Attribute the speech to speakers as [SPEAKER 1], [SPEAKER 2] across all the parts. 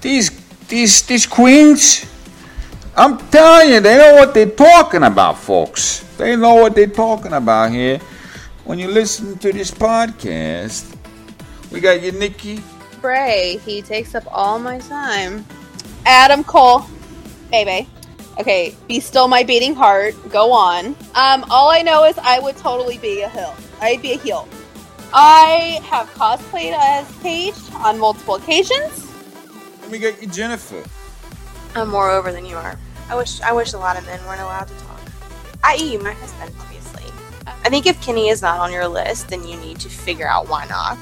[SPEAKER 1] These these these queens, I'm telling you, they know what they're talking about, folks. They know what they're talking about here. When you listen to this podcast, we got your Nikki.
[SPEAKER 2] Bray, he takes up all my time. Adam Cole, baby. Okay, be still my beating heart. Go on. Um, all I know is I would totally be a heel. I'd be a heel. I have cosplayed as Paige on multiple occasions.
[SPEAKER 1] Then we got your Jennifer.
[SPEAKER 3] I'm more over than you are. I wish I wish a lot of men weren't allowed to talk. I.e., my husband, obviously. I think if Kenny is not on your list, then you need to figure out why not.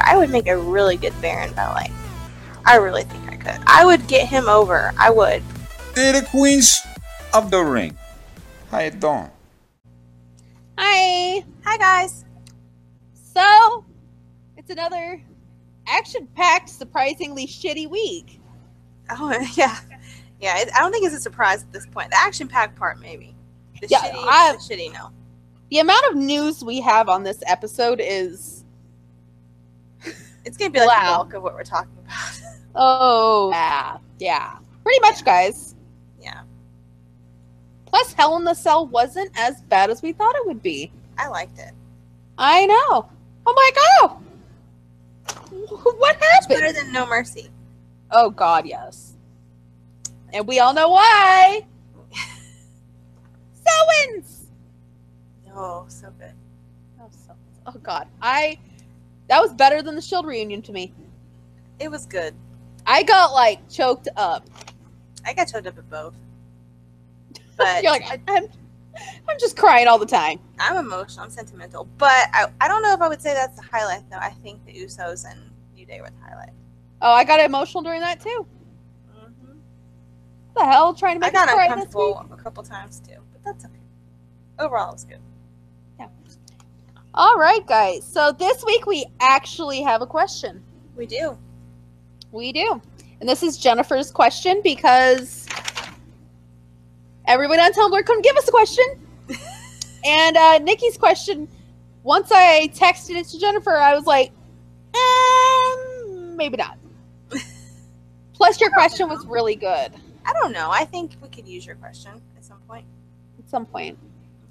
[SPEAKER 3] I would make a really good Baron valet. I really think I could. I would get him over. I would.
[SPEAKER 1] They're the queens of the ring. How you doing?
[SPEAKER 2] Hi.
[SPEAKER 3] Hi guys.
[SPEAKER 2] So, it's another action-packed, surprisingly shitty week.
[SPEAKER 3] Oh yeah, yeah. It, I don't think it's a surprise at this point. The action pack part, maybe. The
[SPEAKER 2] Yeah,
[SPEAKER 3] shitty,
[SPEAKER 2] I-
[SPEAKER 3] the shitty. No.
[SPEAKER 2] The amount of news we have on this episode is
[SPEAKER 3] It's gonna be like
[SPEAKER 2] Wow.
[SPEAKER 3] the bulk of what we're talking about.
[SPEAKER 2] oh yeah, yeah, pretty much, guys.
[SPEAKER 3] yeah,
[SPEAKER 2] Plus, Hell in the Cell wasn't as bad as we thought it would be.
[SPEAKER 3] I liked it.
[SPEAKER 2] I know. Oh my god! Wh- What
[SPEAKER 3] It's better
[SPEAKER 2] happened?
[SPEAKER 3] than No Mercy.
[SPEAKER 2] Oh god, yes. And we all know why. Sowins.
[SPEAKER 3] Oh, so good.
[SPEAKER 2] Oh, Sowens. Oh god, I. That was better than the Shield reunion to me.
[SPEAKER 3] It was good.
[SPEAKER 2] I got like choked up.
[SPEAKER 3] I got choked up at both. But
[SPEAKER 2] You're like, I, I'm, I'm just crying all the time.
[SPEAKER 3] I'm emotional. I'm sentimental. But I, I don't know if I would say that's the highlight, though. I think the Usos and New Day were the highlight.
[SPEAKER 2] Oh, I got emotional during that too. Mm-hmm.
[SPEAKER 3] hmm
[SPEAKER 2] What the hell, trying to
[SPEAKER 3] I
[SPEAKER 2] make
[SPEAKER 3] got
[SPEAKER 2] me cry this week.
[SPEAKER 3] uncomfortable a couple times, too. But that's okay. Overall, it was good.
[SPEAKER 2] All right, guys. So this week we actually have a question.
[SPEAKER 3] We do.
[SPEAKER 2] We do. And this is Jennifer's question because everyone on Tumblr come give us a question. and uh, Nikki's question, once I texted it to Jennifer, I was like, um, maybe not. Plus, your question was really good
[SPEAKER 3] I don't know. I think we could use your question at some point.
[SPEAKER 2] at some point.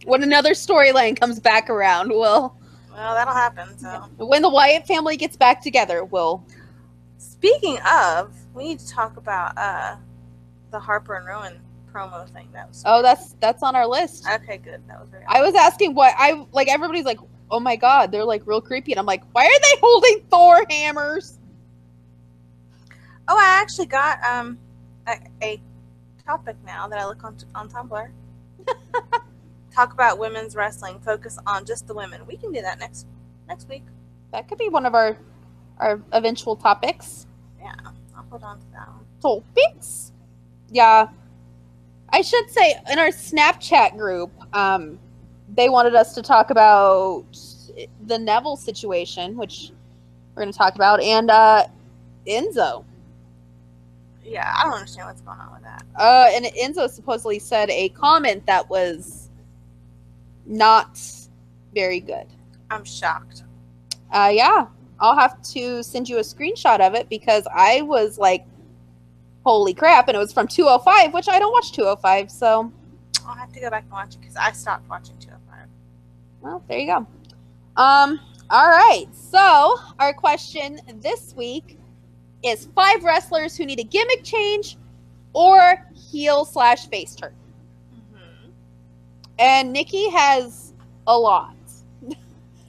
[SPEAKER 2] When another storyline comes back around, we'll.
[SPEAKER 3] Well, that'll happen. So,
[SPEAKER 2] When the Wyatt family gets back together, we'll.
[SPEAKER 3] speaking of, we need to talk about uh the Harper and Rowan promo thing. That was
[SPEAKER 2] Oh, that's that's on our list.
[SPEAKER 3] okay. Good. That was very.
[SPEAKER 2] Oh. I was asking what I like. Everybody's like, "Oh my god, they're like real creepy," and I'm like, "Why are they holding Thor hammers?"
[SPEAKER 3] Oh, I actually got um a, a topic now that I look on on Tumblr. Talk about women's wrestling. Focus on just the women. We can do that next next week.
[SPEAKER 2] That could be one of our our eventual topics.
[SPEAKER 3] I'll hold on to that one.
[SPEAKER 2] Topics. Yeah, I should say in our Snapchat group, um, they wanted us to talk about the Neville situation, which we're going to talk about, and uh, Enzo.
[SPEAKER 3] Yeah, I don't understand what's going on with that.
[SPEAKER 2] Uh, and Enzo supposedly said a comment that was not very good.
[SPEAKER 3] I'm shocked.
[SPEAKER 2] Uh, yeah, I'll have to send you a screenshot of it because I was like, holy crap. And it was from 205, which I don't watch 205. So,
[SPEAKER 3] I'll have to go back and watch it because I stopped watching 205.
[SPEAKER 2] well, there you go. Um, all right. So, our question this week is five wrestlers who need a gimmick change or heel slash face turn.
[SPEAKER 3] Mm-hmm.
[SPEAKER 2] And Nikki has a lot.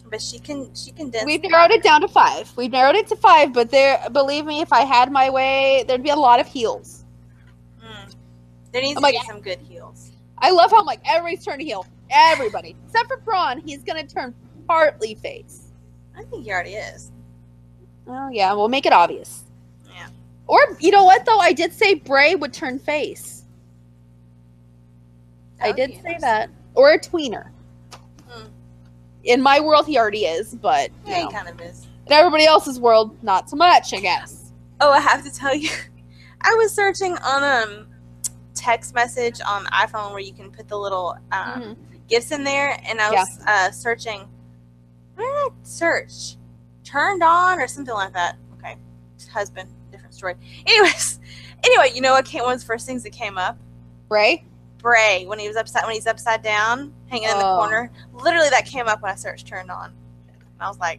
[SPEAKER 3] But she can she condensed.
[SPEAKER 2] We've narrowed it down to five. We've narrowed it to five, but there, believe me, if I had my way, there'd be a lot of heels.
[SPEAKER 3] Mm. There needs
[SPEAKER 2] I'm
[SPEAKER 3] to
[SPEAKER 2] like-
[SPEAKER 3] be some good heels.
[SPEAKER 2] I love how I'm like everybody's turned heel. Everybody. Except for Prawn, he's gonna turn partly face.
[SPEAKER 3] I think he already is.
[SPEAKER 2] Oh yeah, we'll make it obvious.
[SPEAKER 3] Yeah.
[SPEAKER 2] Or you know what though? I did say Bray would turn face.
[SPEAKER 3] That
[SPEAKER 2] I
[SPEAKER 3] would
[SPEAKER 2] did
[SPEAKER 3] be
[SPEAKER 2] say
[SPEAKER 3] interesting.
[SPEAKER 2] that. Or a tweener.
[SPEAKER 3] Hmm.
[SPEAKER 2] In my world he already is, but you
[SPEAKER 3] Yeah,
[SPEAKER 2] know.
[SPEAKER 3] he kind of is.
[SPEAKER 2] in everybody else's world, not so much, I guess.
[SPEAKER 3] Oh, I have to tell you, I was searching on um text message on iPhone where you can put the little um,
[SPEAKER 2] Mhm.
[SPEAKER 3] gifts in there, and I
[SPEAKER 2] Yeah.
[SPEAKER 3] was uh, searching. Where did I search? Turned on or something like that. Okay, husband. different story. Anyways, anyway, you know what? Came, one of the first things that came up.
[SPEAKER 2] Bray?
[SPEAKER 3] Bray when he was upside when he's upside down, hanging in the
[SPEAKER 2] Oh.
[SPEAKER 3] corner. Literally, that came up when I searched turned on, and I was like,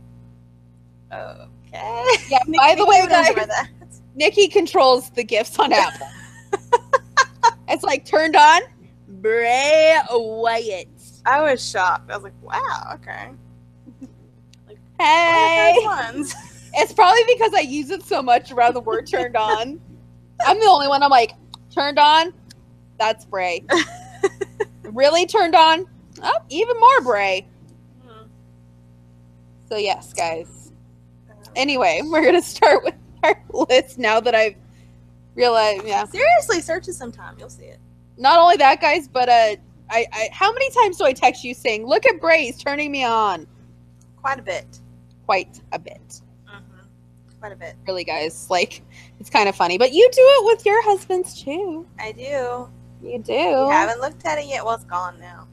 [SPEAKER 3] okay.
[SPEAKER 2] Yeah, by the way,
[SPEAKER 3] Nikki knows
[SPEAKER 2] guys,
[SPEAKER 3] about that.
[SPEAKER 2] Nikki controls the gifts on Apple. it's like turned on. Bray Wyatt.
[SPEAKER 3] I was shocked. I was like, wow, okay.
[SPEAKER 2] Hey!
[SPEAKER 3] One of those ones.
[SPEAKER 2] It's probably because I use it so much around the word turned on. I'm the only one I'm like, turned on? That's Bray. really turned on? Oh, even more Bray. So, yes, guys. Anyway, we're going to start with our list now that I've realized, yeah.
[SPEAKER 3] Seriously, search it sometime. You'll see it.
[SPEAKER 2] Not only that, guys, but uh, I, I, how many times do I text you saying, look at Bray, he's turning me on?
[SPEAKER 3] Quite a bit.
[SPEAKER 2] Quite a bit. Mm-hmm.
[SPEAKER 3] Quite a bit.
[SPEAKER 2] Really, guys. Like, it's kind of funny. But you do it with your husbands, too.
[SPEAKER 3] I do.
[SPEAKER 2] You do.
[SPEAKER 3] You haven't looked at it yet. Well, it's gone now.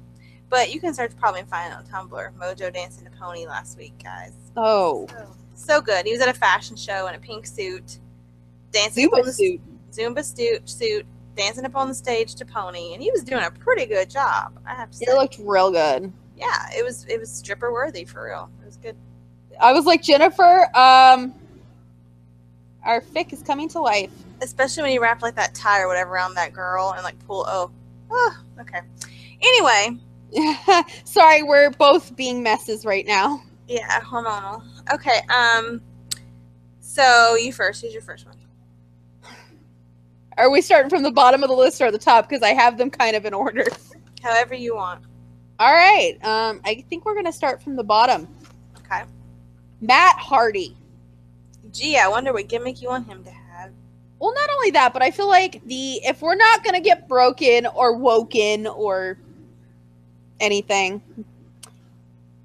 [SPEAKER 3] But you can search probably and find it on Tumblr. Mojo dancing a pony last week, guys.
[SPEAKER 2] Oh,
[SPEAKER 3] So good. He was at a fashion show in a pink suit, dancing upon
[SPEAKER 2] Zumba
[SPEAKER 3] the
[SPEAKER 2] suit.
[SPEAKER 3] Zumba suit, suit, dancing up on the stage to Pony, and he was doing a pretty good job. I have to say,
[SPEAKER 2] It looked real good.
[SPEAKER 3] yeah, it was it was stripper worthy for real. It was good.
[SPEAKER 2] I was like Jennifer. Um, our fic is coming to life.
[SPEAKER 3] especially when you wrap like that tie or whatever around that girl and like pull. Oh, oh okay. Anyway,
[SPEAKER 2] Sorry, we're both being messes right now.
[SPEAKER 3] yeah, hormonal. Okay, um, so you first. Who's your first one?
[SPEAKER 2] Are we starting from the bottom of the list or the top? Because I have them kind of in order.
[SPEAKER 3] However you want.
[SPEAKER 2] All right. Um, I think we're gonna start from the bottom.
[SPEAKER 3] Okay.
[SPEAKER 2] Matt Hardy.
[SPEAKER 3] Gee, I wonder what gimmick you want him to have.
[SPEAKER 2] Well, not only that, but I feel like the if we're not gonna get broken or woken or anything,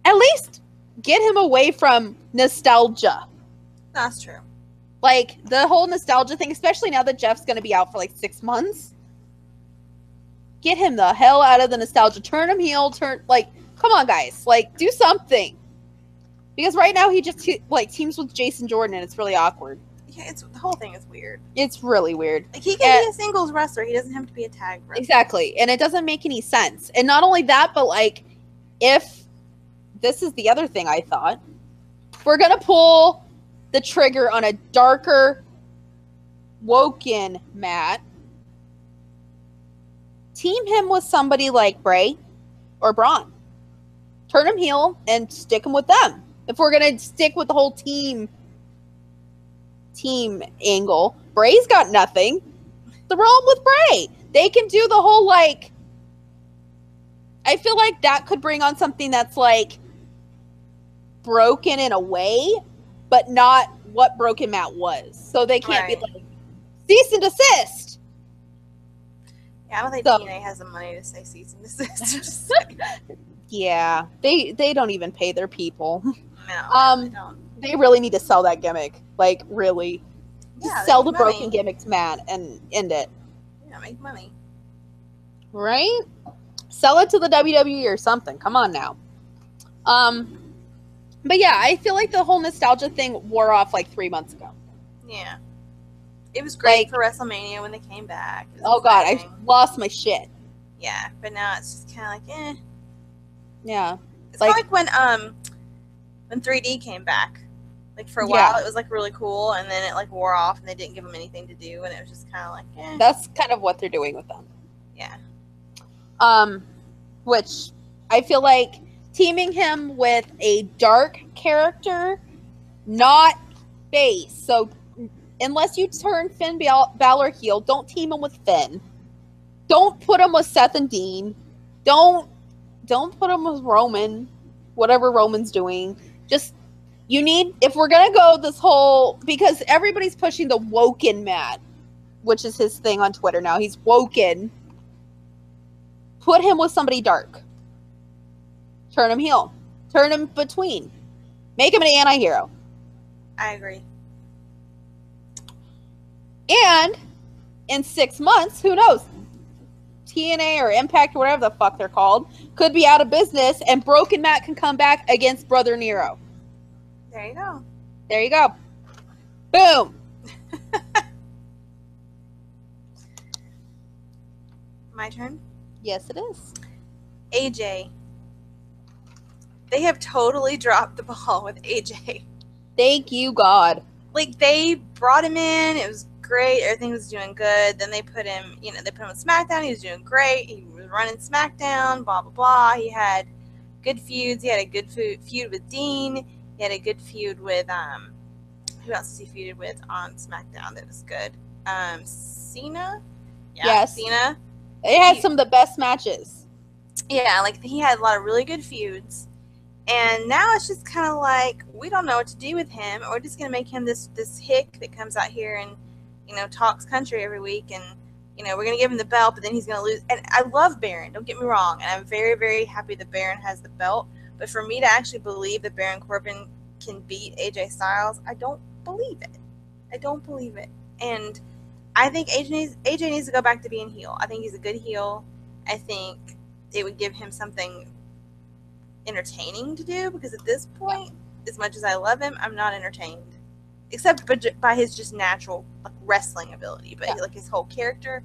[SPEAKER 2] at least get him away from nostalgia.
[SPEAKER 3] That's true.
[SPEAKER 2] like the whole nostalgia thing, especially now that Jeff's going to be out for like six months. Get him the hell out of the nostalgia. Turn him heel. Turn like, come on, guys, like do something. Because right now he just he- like teams with Jason Jordan, and it's really awkward.
[SPEAKER 3] Yeah, it's the whole thing is weird.
[SPEAKER 2] It's really weird.
[SPEAKER 3] Like he can
[SPEAKER 2] Yeah.
[SPEAKER 3] be a singles wrestler. He doesn't have to be a tag wrestler.
[SPEAKER 2] Exactly, and it doesn't make any sense. And not only that, but like, if this is the other thing I thought, we're gonna pull the trigger on a darker, woken Matt. Team him with somebody like Bray or Braun. Turn him heel and stick him with them. If we're gonna stick with the whole team team angle, Bray's got nothing. The problem with Bray, they can do the whole like. I feel like that could bring on something that's like broken in a way, but not what broken Matt was. So they can't be
[SPEAKER 3] Right.
[SPEAKER 2] like cease and desist.
[SPEAKER 3] Yeah, I don't think
[SPEAKER 2] So-
[SPEAKER 3] TNA has the money to say cease and desist.
[SPEAKER 2] Yeah, they they don't even pay their people.
[SPEAKER 3] no,
[SPEAKER 2] Um,
[SPEAKER 3] they don't.
[SPEAKER 2] They really need to sell that gimmick. Like really, just
[SPEAKER 3] Yeah, they
[SPEAKER 2] sell the
[SPEAKER 3] make money.
[SPEAKER 2] broken gimmick to Matt and end it.
[SPEAKER 3] Yeah, make money.
[SPEAKER 2] Right? Sell it to the WWE or something. Come on now. Um, but yeah, I feel like the whole nostalgia thing wore off like three months ago.
[SPEAKER 3] Yeah. It was great
[SPEAKER 2] Like-
[SPEAKER 3] for WrestleMania when they came back. It was
[SPEAKER 2] Oh god, I
[SPEAKER 3] exciting.
[SPEAKER 2] lost my shit.
[SPEAKER 3] Yeah, but now it's just kind of like, eh.
[SPEAKER 2] Yeah,
[SPEAKER 3] It's like,
[SPEAKER 2] Like-
[SPEAKER 3] like when um when 3D came back. Like for a
[SPEAKER 2] Yeah.
[SPEAKER 3] while, it was like really cool, and then it like wore off, and they didn't give them anything to do, and it was just kind of like, eh.
[SPEAKER 2] that's kind of what they're doing with them.
[SPEAKER 3] yeah,
[SPEAKER 2] um, which I feel like teaming him with a dark character, not face. So unless you turn Finn Bal- Balor heel, don't team him with Finn. Don't put him with Seth and Dean. Don't don't put him with Roman. Whatever Roman's doing, just you need if we're gonna go this whole because everybody's pushing the woken Matt, which is his thing on Twitter now. He's woken put him with somebody dark. Turn him heel. Turn him between. Make him an anti hero.
[SPEAKER 3] I agree.
[SPEAKER 2] And in six months, who knows? TNA or Impact or whatever the fuck they're called could be out of business and Broken Matt can come back against Brother Nero.
[SPEAKER 3] There you go.
[SPEAKER 2] There you go. Boom.
[SPEAKER 3] my turn?
[SPEAKER 2] Yes, it is.
[SPEAKER 3] AJ. They have totally dropped the ball with AJ.
[SPEAKER 2] Thank you, God.
[SPEAKER 3] Like they brought him in, it was great, everything was doing good. Then they put him, you know, they put him on SmackDown, he was doing great, he was running SmackDown, blah blah blah. He had good feuds, he had a good fu- feud with Dean, he had a good feud with um who else was he feuded with on SmackDown that was good? Um Cena? Yeah,
[SPEAKER 2] Yes.
[SPEAKER 3] Cena.
[SPEAKER 2] It had
[SPEAKER 3] You-
[SPEAKER 2] some of the best matches.
[SPEAKER 3] yeah, like he had a lot of really good feuds, and now it's just kind of like we don't know what to do with him. We're just gonna make him this this hick that comes out here and you know talks country every week, and you know we're gonna give him the belt, but then he's gonna lose. And I love Baron. Don't get me wrong, and I'm very very happy that Baron has the belt. But for me to actually believe that Baron Corbin can beat AJ Styles, I don't believe it. I don't believe it, and I think AJ needs, AJ needs to go back to being heel. I think he's a good heel. I think it would give him something entertaining to do because at this point, as much as I love him, I'm not entertained, except by, ju- by his just natural like wrestling ability, but
[SPEAKER 2] Yeah.
[SPEAKER 3] like his whole character,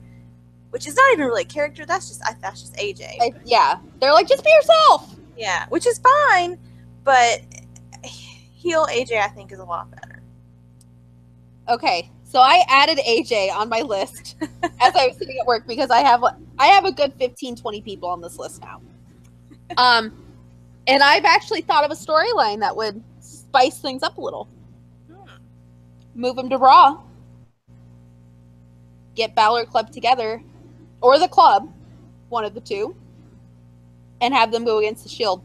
[SPEAKER 3] which is not even really a character. That's just I, that's just AJ.
[SPEAKER 2] I- yeah. They're like, just be yourself.
[SPEAKER 3] yeah, which is fine, but heel AJ I think is a lot better.
[SPEAKER 2] Okay. So I added AJ on my list as I was sitting at work because I have I have a good 15, 20 people on this list now. Um and I've actually thought of a storyline that would spice things up a little.
[SPEAKER 3] Hmm.
[SPEAKER 2] Move him to Raw. Get Balor Club together. Or the club, one of the two. And have them go against the shield.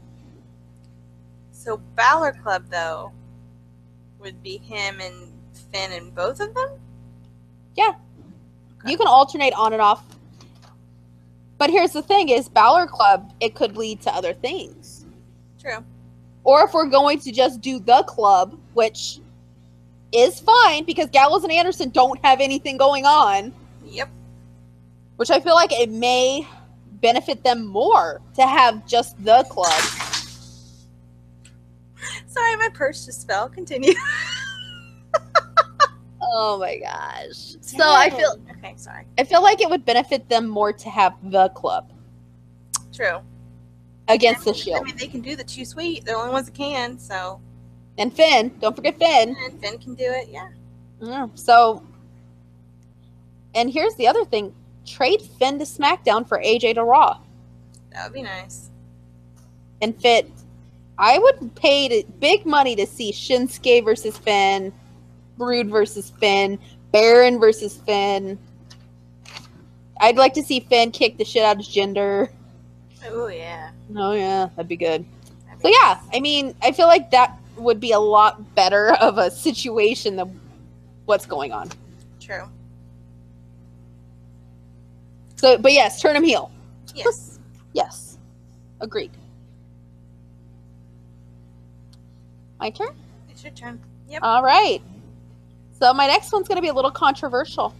[SPEAKER 3] So Balor Club though would be him and Finn and both of them.
[SPEAKER 2] You can alternate on and off. But here's the thing is Balor Club, it could lead to other things.
[SPEAKER 3] True.
[SPEAKER 2] Or if we're going to just do the club, which is fine because Gallows and Anderson don't have anything going on,
[SPEAKER 3] Yep.
[SPEAKER 2] which I feel like it may benefit them more to have just the club.
[SPEAKER 3] Sorry, my purse just fell. Continue.
[SPEAKER 2] Oh my gosh. So I feel
[SPEAKER 3] okay. Sorry.
[SPEAKER 2] I feel like it would benefit them more to have the club
[SPEAKER 3] True.
[SPEAKER 2] against the
[SPEAKER 3] I
[SPEAKER 2] shield.
[SPEAKER 3] mean, they can do the too sweet. They're the only ones that can. So
[SPEAKER 2] And Finn, don't forget Finn.
[SPEAKER 3] and Finn can do it. Yeah.
[SPEAKER 2] Yeah. So, and here's the other thing: trade Finn to SmackDown for AJ to Raw,
[SPEAKER 3] That would be nice.
[SPEAKER 2] and fit. I would pay to, big money to see Shinsuke versus Finn, Brood versus Finn, Baron versus Finn. I'd like to see Finn kick the shit out of Gender.
[SPEAKER 3] Oh yeah.
[SPEAKER 2] Oh yeah, that'd be good.
[SPEAKER 3] That'd
[SPEAKER 2] So
[SPEAKER 3] be
[SPEAKER 2] yeah, I mean, I feel like that would be a lot better of a situation than what's going on.
[SPEAKER 3] True.
[SPEAKER 2] So, but yes, turn him heel.
[SPEAKER 3] Yes.
[SPEAKER 2] Yes. Agreed. My turn?
[SPEAKER 3] it's your turn. Yep.
[SPEAKER 2] All right. So my next one's going to be a little controversial.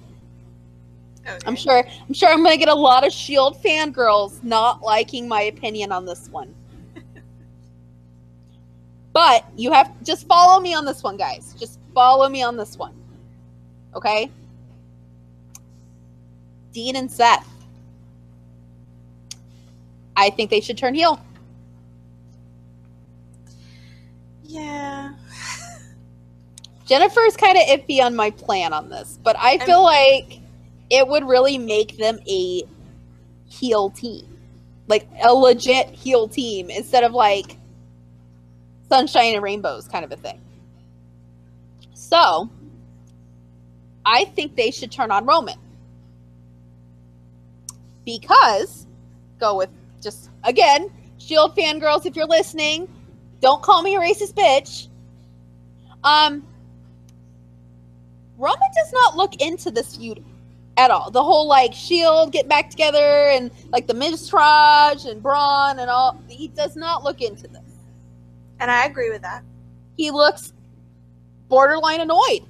[SPEAKER 3] Okay.
[SPEAKER 2] I'm sure I'm sure I'm going to get a lot of Shield E fangirls not liking my opinion on this one. but you have just follow me on this one, guys. Just follow me on this one. Okay? Dean and Seth. I think they should turn heel.
[SPEAKER 3] Yeah.
[SPEAKER 2] Jennifer's kind of iffy on my plan on this, but I feel like it would really make them a heel team. Like a legit heel team instead of like sunshine and rainbows kind of a thing. So, I think they should turn on Roman. Because go with just again, Shield fangirls if you're listening, don't call me a racist bitch. Um Roman does not look into this feud at all. The whole like Shield get back together and like the Mistraj and Braun and all. He does not look into this.
[SPEAKER 3] And I agree with that.
[SPEAKER 2] He looks borderline annoyed.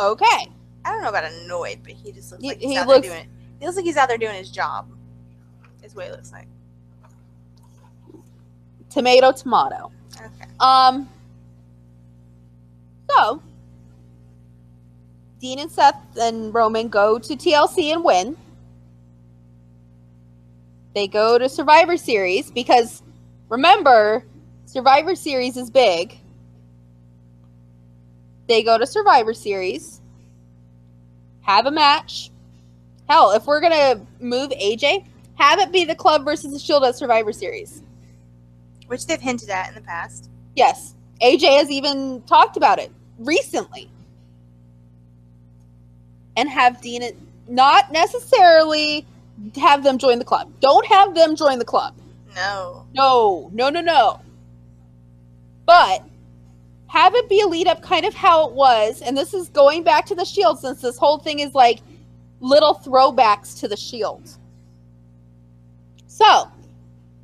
[SPEAKER 2] Okay,
[SPEAKER 3] I don't know about annoyed, but he just looks
[SPEAKER 2] He-
[SPEAKER 3] like he's
[SPEAKER 2] he
[SPEAKER 3] out
[SPEAKER 2] looks-
[SPEAKER 3] there doing. He looks like he's out there doing his job. Is what it looks like.
[SPEAKER 2] tomato tomato.
[SPEAKER 3] Okay.
[SPEAKER 2] Um. So, Dean and Seth and Roman go to TLC and win. They go to Survivor Series because remember, Survivor Series is big. They go to Survivor Series, have a match. Hell, if we're going to move AJ, have it be the club versus the Shield at Survivor Series.
[SPEAKER 3] which they've hinted at in the past.
[SPEAKER 2] Yes. AJ has even talked about it recently. And have Dean not necessarily have them join the club. Don't have them join the club.
[SPEAKER 3] No.
[SPEAKER 2] No, no, no, no. But have it be a lead up kind of how it was. And this is going back to the Shield since this whole thing is like little throwbacks to the Shield. So,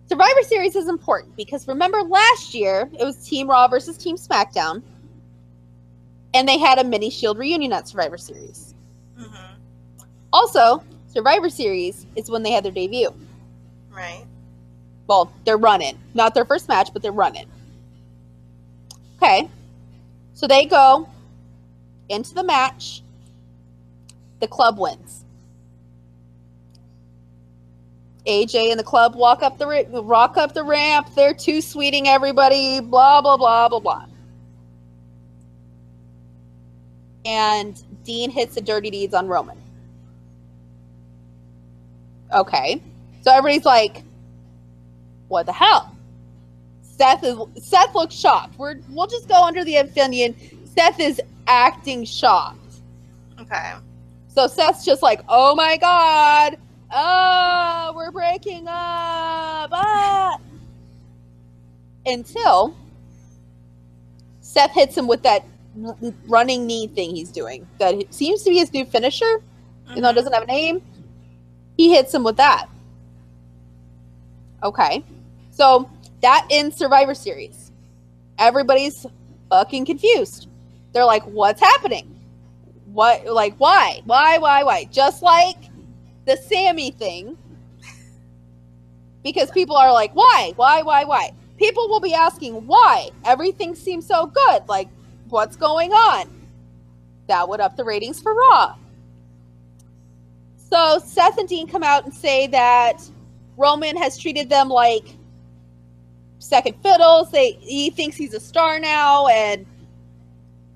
[SPEAKER 2] Survivor Series is important because remember last year it was Team Raw versus Team SmackDown. And they had a mini Shield reunion at Survivor Series.
[SPEAKER 3] Mm-hmm.
[SPEAKER 2] Also, Survivor Series is when they had their debut.
[SPEAKER 3] Right.
[SPEAKER 2] well, they're running. Not their first match, but they're running. Okay. So they go into the match. The club wins. AJ and the club walk up the ra- rock up the ramp. They're too sweeting everybody. Blah blah blah blah blah. And Dean hits the dirty deeds on Roman. Okay, so everybody's like, what the hell? Seth is Seth looks shocked. We're we'll just go under the opinion Seth is acting shocked.
[SPEAKER 3] Okay.
[SPEAKER 2] So Seth's just like, oh my god, oh we're breaking up, ah. until Seth hits him with that r- running knee thing he's doing that it seems to be his new finisher even though it doesn't have a name, he hits him with that. Okay. So that ends Survivor Series. Everybody's fucking confused. They're like, what's happening? What, like, why? Why, why, why? Just like the Sammy thing. Because people are like, why, why, why, why? People will be asking, why? Everything seems so good. Like, what's going on? That would up the ratings for Raw. So Seth and Dean come out and say that Roman has treated them like second fiddles. They he thinks he's a star now and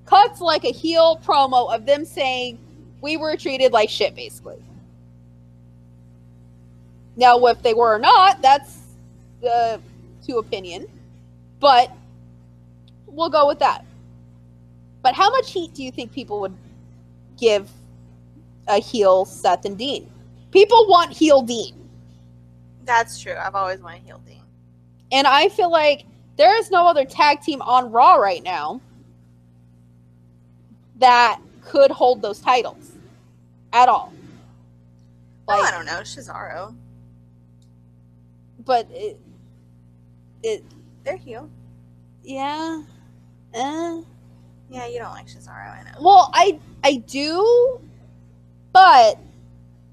[SPEAKER 2] cuts like a heel promo of them saying we were treated like shit basically. Now if they were or not, that's the to opinion. But we'll go with that. But how much heat do you think people would give a heel Seth and Dean. People want heel Dean.
[SPEAKER 3] Mm-hmm. That's true. I've always wanted heel Dean.
[SPEAKER 2] And I feel like there is no other tag team on Raw right now that could hold those titles at all.
[SPEAKER 3] Oh, I
[SPEAKER 2] Like,
[SPEAKER 3] don't know. Cesaro.
[SPEAKER 2] but it, it
[SPEAKER 3] They're heel.
[SPEAKER 2] yeah. Eh.
[SPEAKER 3] Yeah, you don't like Cesaro, I know.
[SPEAKER 2] Well, I I do, but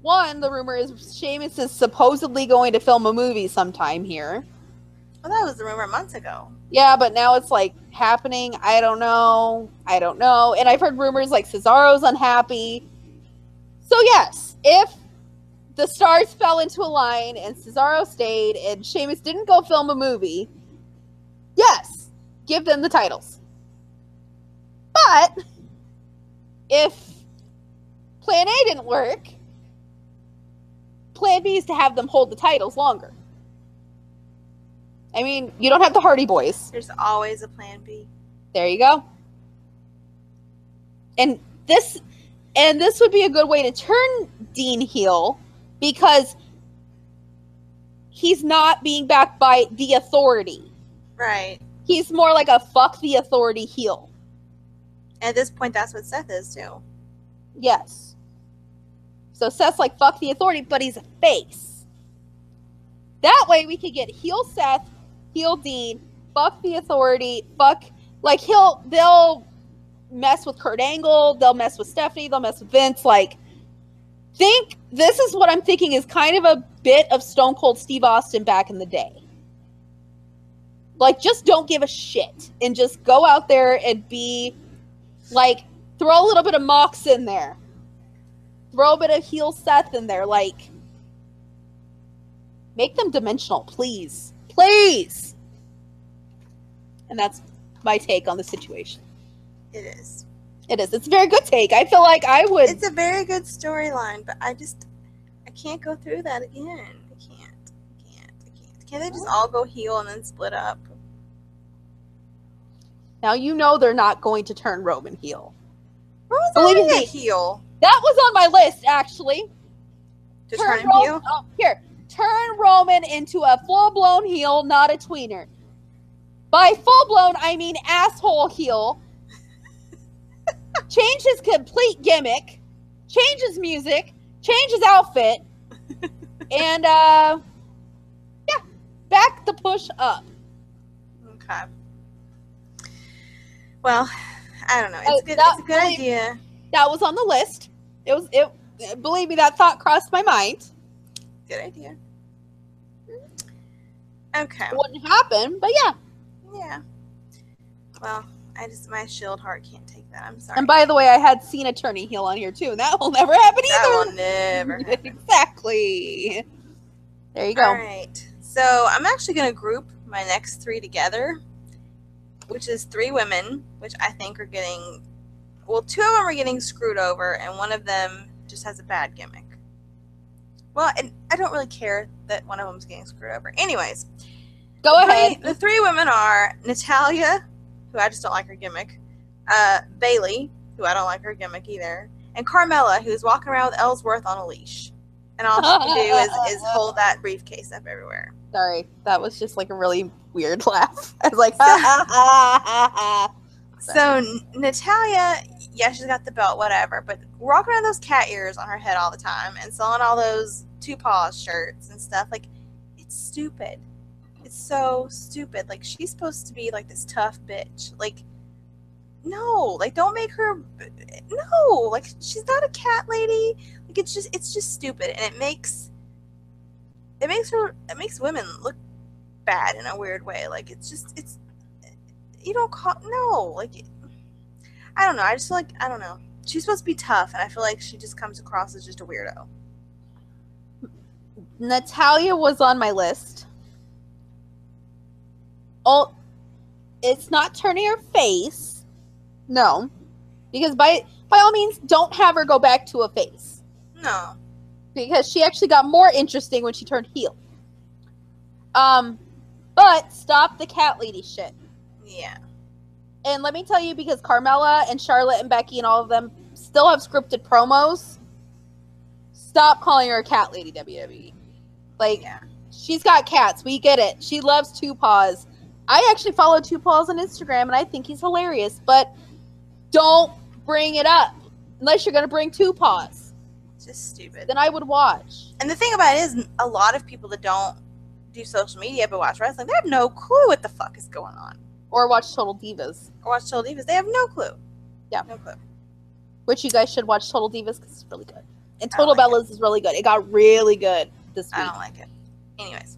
[SPEAKER 2] one, the rumor is Seamus is supposedly going to film a movie sometime here.
[SPEAKER 3] Well, that was the rumor months ago.
[SPEAKER 2] Yeah, but now it's like happening. I don't know. I don't know. And I've heard rumors like Cesaro's unhappy. So yes, if the stars fell into a line and Cesaro stayed and Sheamus didn't go film a movie, yes, give them the titles. But if Plan A didn't work, Plan B is to have them hold the titles longer. I mean, you don't have the Hardy Boys.
[SPEAKER 3] There's always a plan B.
[SPEAKER 2] There you go. And this and this would be a good way to turn Dean heel because he's not being backed by the authority.
[SPEAKER 3] Right.
[SPEAKER 2] He's more like a fuck the authority heel.
[SPEAKER 3] At this point, that's what Seth is, too.
[SPEAKER 2] Yes. So Seth's like fuck the authority, but he's a face. That way we could get heel Seth, heel Dean, fuck the authority, fuck like he'll they'll mess with Kurt Angle, they'll mess with Stephanie, they'll mess with Vince. Like think this is what I'm thinking is kind of a bit of Stone Cold Steve Austin back in the day. Like just don't give a shit and just go out there and be like throw a little bit of Mox in there. Throw a bit of heel Seth in there. Like, Make them dimensional, please. Please. And that's my take on the situation.
[SPEAKER 3] It is.
[SPEAKER 2] It is. It's a very good take. I feel like I would.
[SPEAKER 3] It's a very good storyline, but I just I can't go through that again. I can't. I can't. I can't. Can't they just all go heal and then split up?
[SPEAKER 2] now you know they're not going to turn Roman heel.
[SPEAKER 3] Roman's
[SPEAKER 2] Believe
[SPEAKER 3] already
[SPEAKER 2] me.
[SPEAKER 3] a heel.
[SPEAKER 2] That was on my list, actually.
[SPEAKER 3] To turn him
[SPEAKER 2] Roman,
[SPEAKER 3] heel.
[SPEAKER 2] oh, here, turn Roman into a full blown heel, not a tweener. By full blown, I mean asshole heel. change his complete gimmick, change his music, change his outfit, and uh, yeah, back the push up.
[SPEAKER 3] Okay. Well, I don't know. It's,
[SPEAKER 2] Oh,
[SPEAKER 3] good,
[SPEAKER 2] that-
[SPEAKER 3] it's a good
[SPEAKER 2] believe-
[SPEAKER 3] idea.
[SPEAKER 2] That was on the list. It was it. Believe me, that thought crossed my mind.
[SPEAKER 3] Good idea. Okay.
[SPEAKER 2] It wouldn't happen, but yeah.
[SPEAKER 3] Yeah. Well, I just my shield heart can't take that. I'm sorry.
[SPEAKER 2] And by the way, I had seen a turning heel on here too, and that will never happen
[SPEAKER 3] that
[SPEAKER 2] either.
[SPEAKER 3] will never happen.
[SPEAKER 2] exactly. There you go.
[SPEAKER 3] All right. So I'm actually going to group my next three together, which is three women, which I think are getting, well, two of them are getting screwed over, and one of them just has a bad gimmick. Well, and I don't really care that one of them's getting screwed over. Anyways,
[SPEAKER 2] Go
[SPEAKER 3] three-
[SPEAKER 2] ahead.
[SPEAKER 3] the three women are Natalia, who I just don't like her gimmick, uh, Bailey, who I don't like her gimmick either, and Carmella, who's walking around with Ellsworth on a leash. And all she can do is, is hold that briefcase up everywhere.
[SPEAKER 2] Sorry, that was just like a really weird laugh. I was like,
[SPEAKER 3] So- So
[SPEAKER 2] Sorry.
[SPEAKER 3] N- Natalia, yeah, she's got the belt, whatever, but walking around with those cat ears on her head all the time and selling all those two paws shirts and stuff, like it's stupid. It's so stupid. Like she's supposed to be like this tough bitch. Like no, like don't make her no, like she's not a cat lady. Like it's just it's just stupid and it makes it makes her it makes women look bad in a weird way. Like it's just it's you don't call no like it- i don't know i just feel like i don't know she's supposed to be tough and i feel like she just comes across as just a weirdo
[SPEAKER 2] Natalia was on my list. Oh, it's not turning her face. No, because by by all means, don't have her go back to a face.
[SPEAKER 3] no
[SPEAKER 2] because she actually got more interesting when she turned heel. Um, but stop the cat lady shit.
[SPEAKER 3] yeah
[SPEAKER 2] And let me tell you, because Carmella and Charlotte and Becky and all of them still have scripted promos. Stop calling her a cat lady, WWE. Like
[SPEAKER 3] yeah
[SPEAKER 2] she's got cats, we get it. She loves Two Paws. I actually follow Two Paws on Instagram, and I think he's hilarious. But don't bring it up unless you're gonna bring Two Paws.
[SPEAKER 3] it's just stupid
[SPEAKER 2] Then I would watch.
[SPEAKER 3] and the thing about it is a lot of people that don't do social media but watch wrestling they have no clue what the fuck is going on
[SPEAKER 2] or watch Total Divas,
[SPEAKER 3] or watch total divas they have no clue
[SPEAKER 2] Yeah.
[SPEAKER 3] no clue
[SPEAKER 2] which you guys should watch Total Divas because it's really good. And
[SPEAKER 3] I don't
[SPEAKER 2] Total
[SPEAKER 3] like
[SPEAKER 2] Bellas is really good. It got really good this
[SPEAKER 3] i
[SPEAKER 2] week.
[SPEAKER 3] don't like it anyways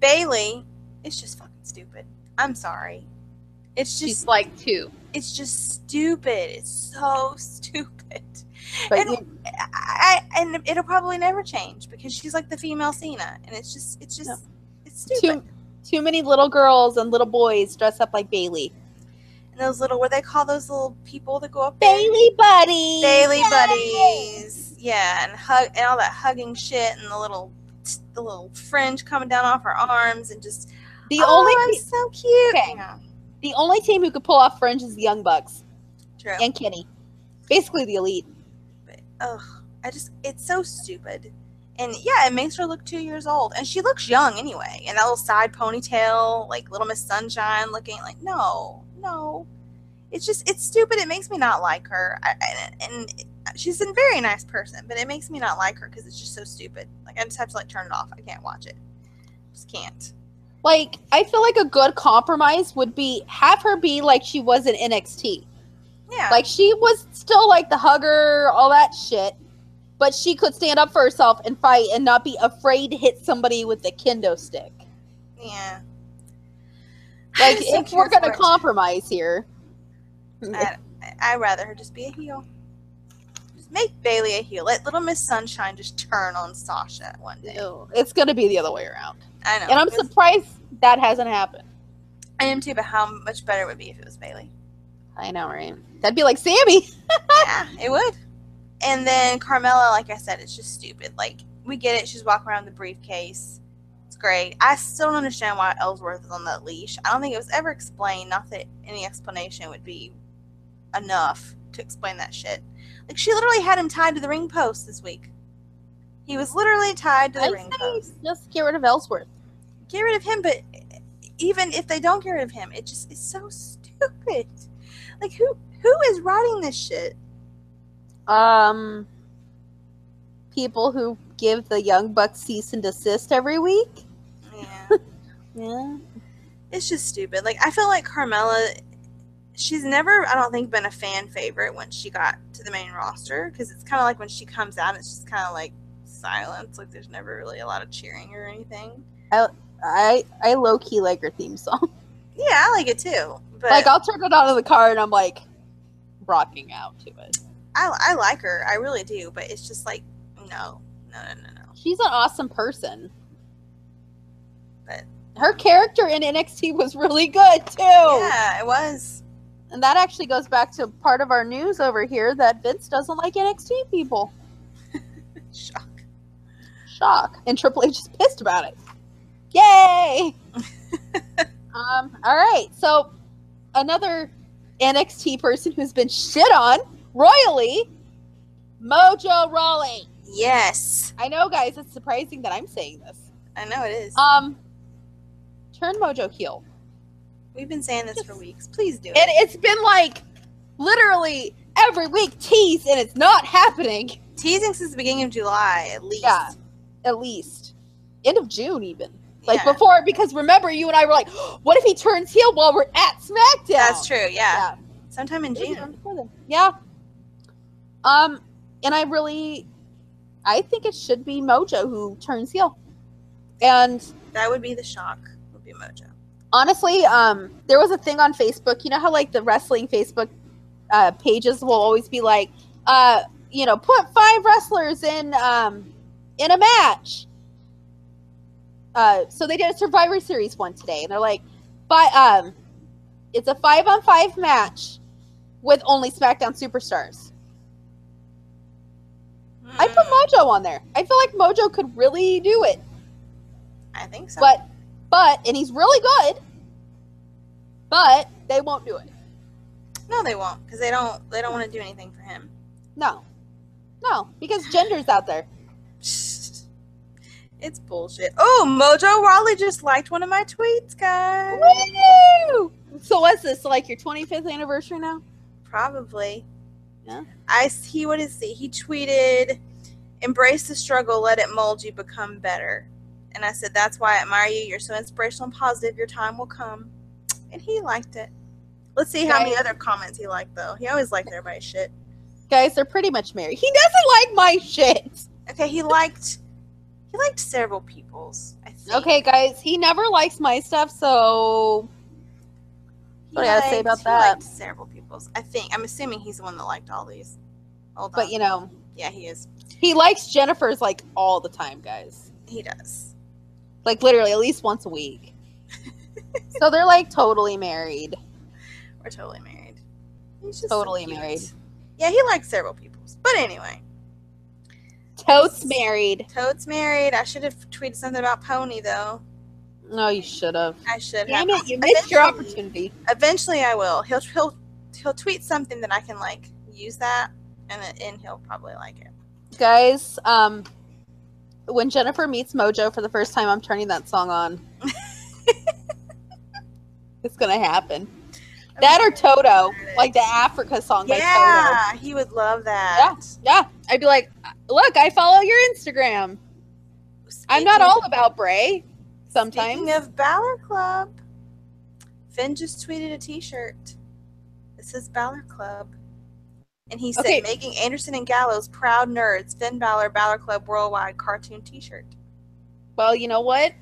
[SPEAKER 3] bailey it's just fucking stupid i'm sorry it's just
[SPEAKER 2] She's like two,
[SPEAKER 3] it's just stupid it's so stupid
[SPEAKER 2] but
[SPEAKER 3] And-
[SPEAKER 2] you-
[SPEAKER 3] I, I- and it'll probably never change because she's like the female Cena, and it's just, it's just,
[SPEAKER 2] No.
[SPEAKER 3] it's
[SPEAKER 2] too
[SPEAKER 3] stupid.
[SPEAKER 2] too many little girls and little boys dress up like Bailey.
[SPEAKER 3] And those little, what they call those little people that go up there?
[SPEAKER 2] Bailey buddy.
[SPEAKER 3] Bailey
[SPEAKER 2] Yay!
[SPEAKER 3] buddies, yeah, and hug and all that hugging shit, and the little, the little fringe coming down off her arms, and just
[SPEAKER 2] The
[SPEAKER 3] oh,
[SPEAKER 2] only
[SPEAKER 3] I'm so cute.
[SPEAKER 2] Okay.
[SPEAKER 3] Yeah,
[SPEAKER 2] the only team who could pull off fringe is the Young Bucks
[SPEAKER 3] true.
[SPEAKER 2] and Kenny, basically the elite.
[SPEAKER 3] but ugh, I just it's so stupid. And yeah, it makes her look two years old, and she looks young anyway. And that little side ponytail, like Little Miss Sunshine, looking like no, no. It's just it's stupid. It makes me not like her. I, I- and she's a very nice person, but it makes me not like her because it's just so stupid. Like I just have to like turn it off. I can't watch it. Just can't.
[SPEAKER 2] Like I feel like a good compromise would be have her be like she was in NXT.
[SPEAKER 3] Yeah,
[SPEAKER 2] Like she was still like the hugger, all that shit, but she could stand up for herself and fight and not be afraid to hit somebody with the kendo stick.
[SPEAKER 3] yeah.
[SPEAKER 2] Like
[SPEAKER 3] I'm so
[SPEAKER 2] if we're
[SPEAKER 3] here for
[SPEAKER 2] gonna
[SPEAKER 3] it.
[SPEAKER 2] compromise here,
[SPEAKER 3] I- I'd rather her just be a heel. Just Make Bailey a heel. Let Little Miss Sunshine just turn on Sasha one day.
[SPEAKER 2] No, it's gonna be the other way around.
[SPEAKER 3] I know.
[SPEAKER 2] And I'm
[SPEAKER 3] It's-
[SPEAKER 2] surprised that hasn't happened.
[SPEAKER 3] I am too, but how much better it would be if it was Bailey?
[SPEAKER 2] I know, right? That'd be like Sammy.
[SPEAKER 3] yeah, it would. And then Carmella, like I said, it's just stupid. Like we get it, she's walking around with a briefcase. It's great. I still don't understand why Ellsworth is on that leash. I don't think it was ever explained. Not that any explanation would be enough to explain that shit. Like she literally had him tied to the ring post this week. He was literally tied to the
[SPEAKER 2] I
[SPEAKER 3] ring
[SPEAKER 2] say
[SPEAKER 3] post.
[SPEAKER 2] just get rid of Ellsworth.
[SPEAKER 3] Get rid of him, but even if they don't get rid of him, it just is so stupid. Like who who is writing this shit?
[SPEAKER 2] Um, people who give the Young Bucks cease and desist every week.
[SPEAKER 3] Yeah.
[SPEAKER 2] Yeah.
[SPEAKER 3] it's just stupid. Like I feel like Carmella, she's never I don't think been a fan favorite once she got to the main roster because it's kind of like when she comes out, it's just kind of like silence. Like there's never really a lot of cheering or anything.
[SPEAKER 2] I I low key like her theme song.
[SPEAKER 3] Yeah, I like it too, but
[SPEAKER 2] like uh, I'll turn it on in the car and I'm like rocking out to it.
[SPEAKER 3] I I like her, I really do. But it's just like no, no, no, no, no.
[SPEAKER 2] She's an awesome person.
[SPEAKER 3] But-
[SPEAKER 2] her character in NXT was really good too.
[SPEAKER 3] Yeah, it was.
[SPEAKER 2] And that actually goes back to part of our news over here that Vince doesn't like NXT people.
[SPEAKER 3] Shock.
[SPEAKER 2] Shock. And Triple H is pissed about it. Yay! um, all right. So another NXT person who's been shit on royally, Mojo Rawley.
[SPEAKER 3] Yes,
[SPEAKER 2] I know, guys, it's surprising that I'm saying this.
[SPEAKER 3] I know it is.
[SPEAKER 2] Um, turn Mojo heel.
[SPEAKER 3] We've been saying this for weeks. Please do it.
[SPEAKER 2] And it's been like literally every week tease, and it's not happening.
[SPEAKER 3] Teasing since the beginning of July, at least.
[SPEAKER 2] Yeah, at least end of June, even like
[SPEAKER 3] Yeah.
[SPEAKER 2] before. Because remember, you and I were like, "What if he turns heel while we're at SmackDown?"
[SPEAKER 3] That's true. Yeah.
[SPEAKER 2] Yeah,
[SPEAKER 3] Sometime in
[SPEAKER 2] It was
[SPEAKER 3] June.
[SPEAKER 2] even before then. yeah. Um, and I really, I think it should be Mojo who turns heel, and
[SPEAKER 3] That would be the shock. Would be Mojo.
[SPEAKER 2] honestly um there was a thing on facebook you know how like the wrestling facebook uh pages will always be like uh you know put five wrestlers in um in a match uh so they did a survivor series one today and they're like but um it's a five on five match with only smackdown superstars i
[SPEAKER 3] Hmm,
[SPEAKER 2] put mojo on there i feel like mojo could really do it
[SPEAKER 3] I think so.
[SPEAKER 2] but but and he's really good but they won't do it
[SPEAKER 3] no, they won't, because they don't. They don't want to do anything for him.
[SPEAKER 2] no no because gender's out there
[SPEAKER 3] It's bullshit. Oh, Mojo Rawley just liked one of my tweets, guys.
[SPEAKER 2] Woo! so what's this like your 25th anniversary now
[SPEAKER 3] Probably.
[SPEAKER 2] Yeah.
[SPEAKER 3] I see. What is he? He tweeted, "Embrace the struggle. Let it mold you. Become better." And I said, "That's why I admire you. You're so inspirational and positive. Your time will come." And he liked it. Let's see how many
[SPEAKER 2] Guys.
[SPEAKER 3] other comments he liked though. He always liked everybody's shit.
[SPEAKER 2] guys they're pretty much married he doesn't like my shit
[SPEAKER 3] Okay, he liked he liked several people's. I think.
[SPEAKER 2] okay guys he never likes my stuff so
[SPEAKER 3] He
[SPEAKER 2] what do I gotta say about
[SPEAKER 3] he
[SPEAKER 2] that?
[SPEAKER 3] liked several people's. I think. I'm assuming he's the one that liked all these. Hold
[SPEAKER 2] but
[SPEAKER 3] on.
[SPEAKER 2] you know
[SPEAKER 3] yeah, he is.
[SPEAKER 2] he likes jennifer's like all the time guys
[SPEAKER 3] He does.
[SPEAKER 2] like literally at least once a week so they're like totally married
[SPEAKER 3] We're totally married. He's just
[SPEAKER 2] Totally
[SPEAKER 3] cute.
[SPEAKER 2] married.
[SPEAKER 3] Yeah, he liked several people's. But anyway,
[SPEAKER 2] totes married
[SPEAKER 3] Toad's married. I should have tweeted something about Pony though.
[SPEAKER 2] no Oh, you should have
[SPEAKER 3] I should.
[SPEAKER 2] Damn
[SPEAKER 3] have.
[SPEAKER 2] it, you missed your
[SPEAKER 3] Eventually-
[SPEAKER 2] opportunity.
[SPEAKER 3] Eventually, I will. He'll he'll he'll tweet something that I can like use that, and it- and he'll probably like it.
[SPEAKER 2] Guys, um when Jennifer meets Mojo for the first time, I'm turning that song on. it's gonna happen. That or Toto, like the Africa song by Toto.
[SPEAKER 3] yeah, he would love that.
[SPEAKER 2] Yeah, I'd be like, look, I follow your Instagram. I'm not
[SPEAKER 3] Speaking-
[SPEAKER 2] all about Bray. Sometimes
[SPEAKER 3] Speaking of Balor Club, Finn just tweeted a T-shirt. It says Balor Club, and he said,
[SPEAKER 2] Okay.
[SPEAKER 3] "Making Anderson and Gallows proud nerds." Finn Balor Balor Club Worldwide cartoon T-shirt.
[SPEAKER 2] Well, you know what?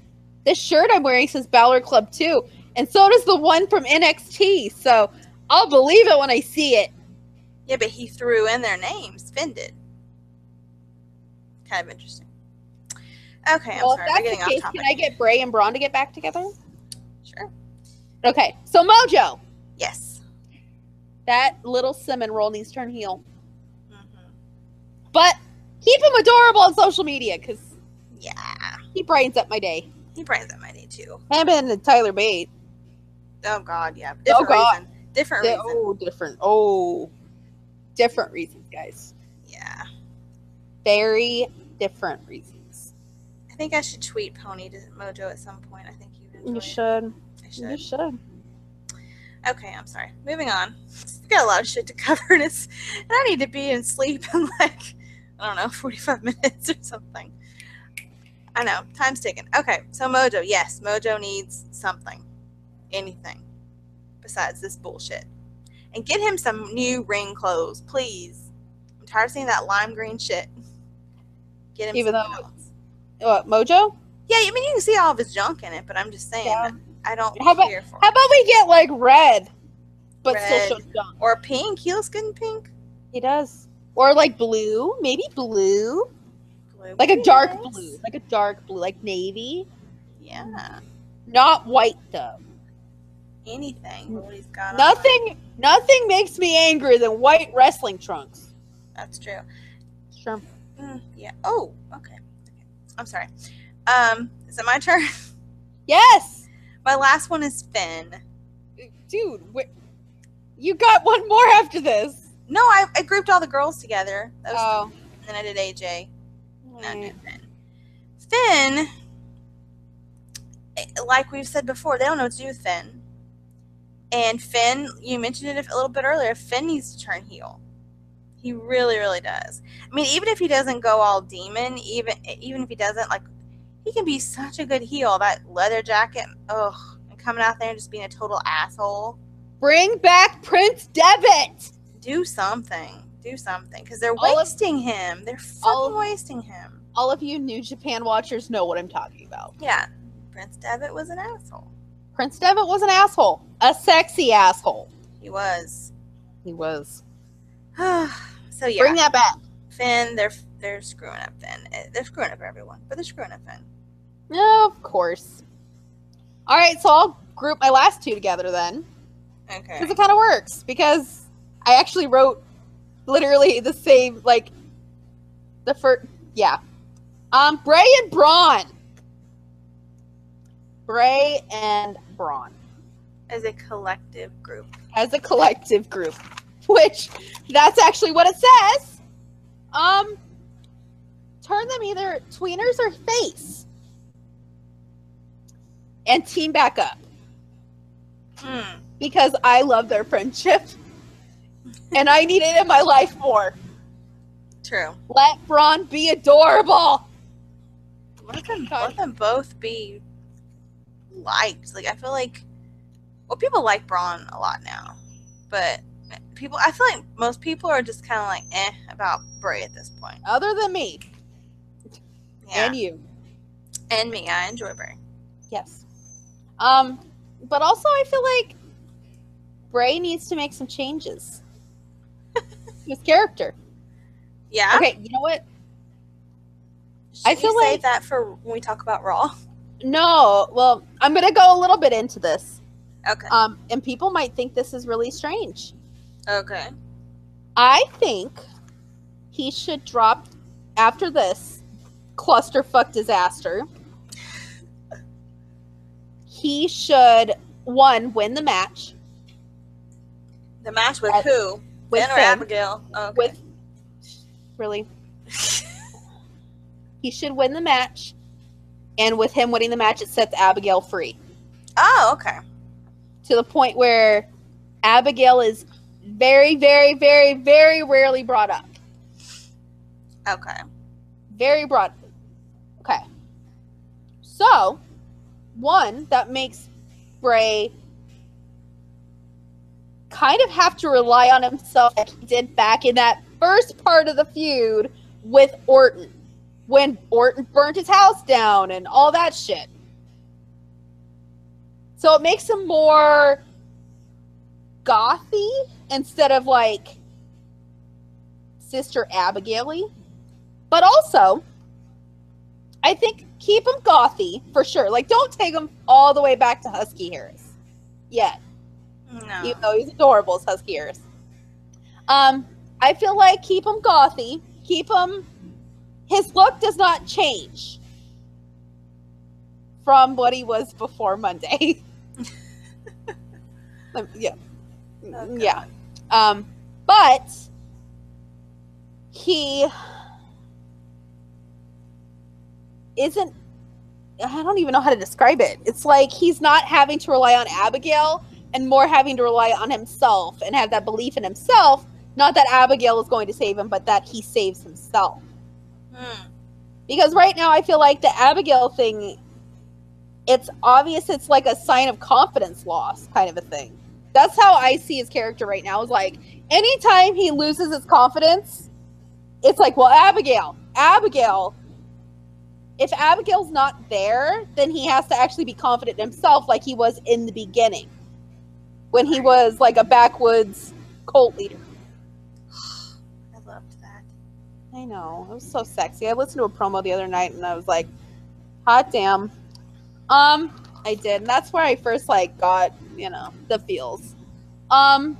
[SPEAKER 2] This shirt I'm wearing says Balor Club too, and so does the one from NXT. So I'll believe it when I see it.
[SPEAKER 3] Yeah, but he threw in their names. Finn did. Kind of interesting. Okay, I'm
[SPEAKER 2] well,
[SPEAKER 3] sorry. We're
[SPEAKER 2] if
[SPEAKER 3] getting
[SPEAKER 2] that's
[SPEAKER 3] off
[SPEAKER 2] the case,
[SPEAKER 3] topic.
[SPEAKER 2] can I get Bray and Braun to get back together?
[SPEAKER 3] Sure.
[SPEAKER 2] Okay, so Mojo,
[SPEAKER 3] Yes.
[SPEAKER 2] that little cinnamon roll needs to turn heel,
[SPEAKER 3] Mhm.
[SPEAKER 2] but keep him adorable on social media because
[SPEAKER 3] Yeah.
[SPEAKER 2] he brightens up my day.
[SPEAKER 3] He brightens up my day too.
[SPEAKER 2] Him and Tyler Bate.
[SPEAKER 3] Oh God, yeah. Different
[SPEAKER 2] Oh, God.
[SPEAKER 3] reason. Different
[SPEAKER 2] Di-
[SPEAKER 3] reason.
[SPEAKER 2] oh, different. Oh, different reasons, guys.
[SPEAKER 3] Yeah.
[SPEAKER 2] Very different reasons.
[SPEAKER 3] I think I should tweet Pony to Mojo at some point. I think you.
[SPEAKER 2] You should.
[SPEAKER 3] I
[SPEAKER 2] You
[SPEAKER 3] should.
[SPEAKER 2] should.
[SPEAKER 3] Okay, I'm sorry. Moving on. We've got a lot of shit to cover, and, it's, and I need to be in sleep in like I don't know, 45 minutes or something. I know time's ticking. Okay, so Mojo, yes, Mojo needs something, anything besides this bullshit, and get him some new ring clothes, please. I'm tired of seeing that lime green shit. Get him
[SPEAKER 2] Even
[SPEAKER 3] something
[SPEAKER 2] though-
[SPEAKER 3] else.
[SPEAKER 2] What, Mojo?
[SPEAKER 3] Yeah, I mean you can see all of his junk in it, but I'm just saying
[SPEAKER 2] Yeah.
[SPEAKER 3] I don't
[SPEAKER 2] How about-
[SPEAKER 3] care for
[SPEAKER 2] How
[SPEAKER 3] it.
[SPEAKER 2] about we get like red, but
[SPEAKER 3] Red.
[SPEAKER 2] still show junk?
[SPEAKER 3] Or pink. He looks good in pink.
[SPEAKER 2] He does. Or like blue, maybe blue,
[SPEAKER 3] Blue
[SPEAKER 2] like a dark
[SPEAKER 3] grass.
[SPEAKER 2] blue, like a dark blue, like navy,
[SPEAKER 3] Yeah.
[SPEAKER 2] not white though.
[SPEAKER 3] Anything. but What he's got. on.
[SPEAKER 2] Mm. Nothing, nothing makes me angrier than white wrestling trunks.
[SPEAKER 3] That's true.
[SPEAKER 2] Sure.
[SPEAKER 3] Mm, yeah. Oh. Okay. okay. I'm sorry. Um. Is it my turn?
[SPEAKER 2] Yes,
[SPEAKER 3] My last one is Finn.
[SPEAKER 2] dude, wh- you got one more after this.
[SPEAKER 3] No, I, I grouped all the girls together. That was
[SPEAKER 2] Oh,
[SPEAKER 3] and then I did AJ. And I
[SPEAKER 2] Alright.
[SPEAKER 3] did Finn. Finn. eh, Like we've said before, they don't know what to do with Finn. And Finn, you mentioned it a little bit earlier. Finn needs to turn heel. He really, really does. I mean, even if he doesn't go all demon, even eh, even if he doesn't like, he can be such a good heel. That leather jacket, ugh, and coming out there and just being a total asshole.
[SPEAKER 2] bring back Prince Devitt.
[SPEAKER 3] Do something. Do something, because they're
[SPEAKER 2] All of-
[SPEAKER 3] wasting him. They're
[SPEAKER 2] all
[SPEAKER 3] fucking
[SPEAKER 2] of-
[SPEAKER 3] wasting him.
[SPEAKER 2] All of you New Japan watchers know what I'm talking about.
[SPEAKER 3] Yeah, Prince Devitt was an asshole.
[SPEAKER 2] Prince Devitt was an asshole, a sexy asshole.
[SPEAKER 3] He was.
[SPEAKER 2] He was.
[SPEAKER 3] so yeah,
[SPEAKER 2] Bring that back.
[SPEAKER 3] Finn. They're they're screwing up Finn. Eh, They're screwing up everyone, but they're screwing up Finn.
[SPEAKER 2] No, of course. All right, so I'll group my last two together then,
[SPEAKER 3] Okay.
[SPEAKER 2] because it kind of works. Because I actually wrote literally the same, like the first, yeah. Um, Bray and Braun. Bray and Braun
[SPEAKER 3] As a collective group.
[SPEAKER 2] as a collective group, which that's actually what it says. Um, turn them either tweeners or face, and team back up.
[SPEAKER 3] Hmm.
[SPEAKER 2] because I love their friendship and I need it in my life more.
[SPEAKER 3] True.
[SPEAKER 2] Let Braun be adorable.
[SPEAKER 3] Let them, let them both be liked. Like I feel like, well, people like Braun a lot now, but people, I feel like most people are just kind of like eh about Bray at this point.
[SPEAKER 2] Other than me
[SPEAKER 3] Yeah.
[SPEAKER 2] and you.
[SPEAKER 3] and me, I enjoy Bray.
[SPEAKER 2] Yes. Um, but also I feel like Bray needs to make some changes. to his character.
[SPEAKER 3] Yeah.
[SPEAKER 2] Okay, you know what?
[SPEAKER 3] I feel
[SPEAKER 2] feel
[SPEAKER 3] like
[SPEAKER 2] like-
[SPEAKER 3] that for when we talk about Raw.
[SPEAKER 2] No, well, I'm gonna go a little bit into this.
[SPEAKER 3] Okay.
[SPEAKER 2] Um, and people might think this is really strange.
[SPEAKER 3] Okay.
[SPEAKER 2] I think he should drop after this clusterfuck disaster. He should one win the match
[SPEAKER 3] The match with
[SPEAKER 2] At-
[SPEAKER 3] who?
[SPEAKER 2] with
[SPEAKER 3] ben or
[SPEAKER 2] Finn.
[SPEAKER 3] Abigail? Oh, okay.
[SPEAKER 2] With really, he should win the match, and with him winning the match, it sets Abigail free
[SPEAKER 3] Oh, okay.
[SPEAKER 2] to the point where Abigail is very, very, very, very rarely brought up.
[SPEAKER 3] Okay.
[SPEAKER 2] very broadly. Okay. So, one, that makes Bray kind of have to rely on himself like he did back in that first part of the feud with Orton when Orton burnt his house down and all that shit. So it makes him more gothy instead of like Sister Abigail. But also, I think keep him gothy for sure. Like, don't take him all the way back to Husky Harris yet,
[SPEAKER 3] No.
[SPEAKER 2] even though he's adorable as Husky Harris. Um, I feel like keep him gothy. Keep him. His look does not change from what he was before Monday. Um, yeah, Mm,
[SPEAKER 3] Oh,
[SPEAKER 2] yeah. Um, but he isn't I don't even know how to describe it. It's like he's not having to rely on Abigail and more having to rely on himself and have that belief in himself. Not that Abigail is going to save him, but that he saves himself.
[SPEAKER 3] Hmm.
[SPEAKER 2] Because right now I feel like the Abigail thing it's obvious it's like a sign of confidence loss kind of a thing. That's how I see his character right now. Is like anytime he loses his confidence, it's like, well, Abigail, Abigail. If Abigail's not there, then he has to actually be confident in himself like he was in the beginning. When he was like a backwoods cult leader.
[SPEAKER 3] I loved that.
[SPEAKER 2] I know. It was so sexy. I listened to a promo the other night and I was like, hot damn. Um, I did. And that's where I first like got, you know, the feels. Um,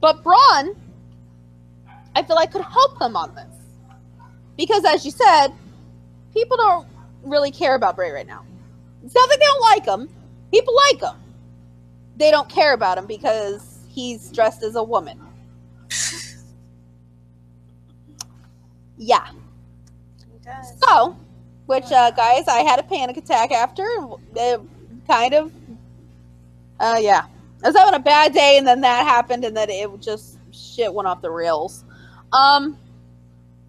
[SPEAKER 2] but Braun, I feel like could help them on this. Because as you said, people don't really care about Bray right now. It's not that they don't like him. People like him. They don't care about him because he's dressed as a woman. Yeah.
[SPEAKER 3] He does.
[SPEAKER 2] So, which uh, guys, I had a panic attack after. It kind of. Uh, yeah, I was having a bad day, and then that happened, and then it just shit went off the rails. Um,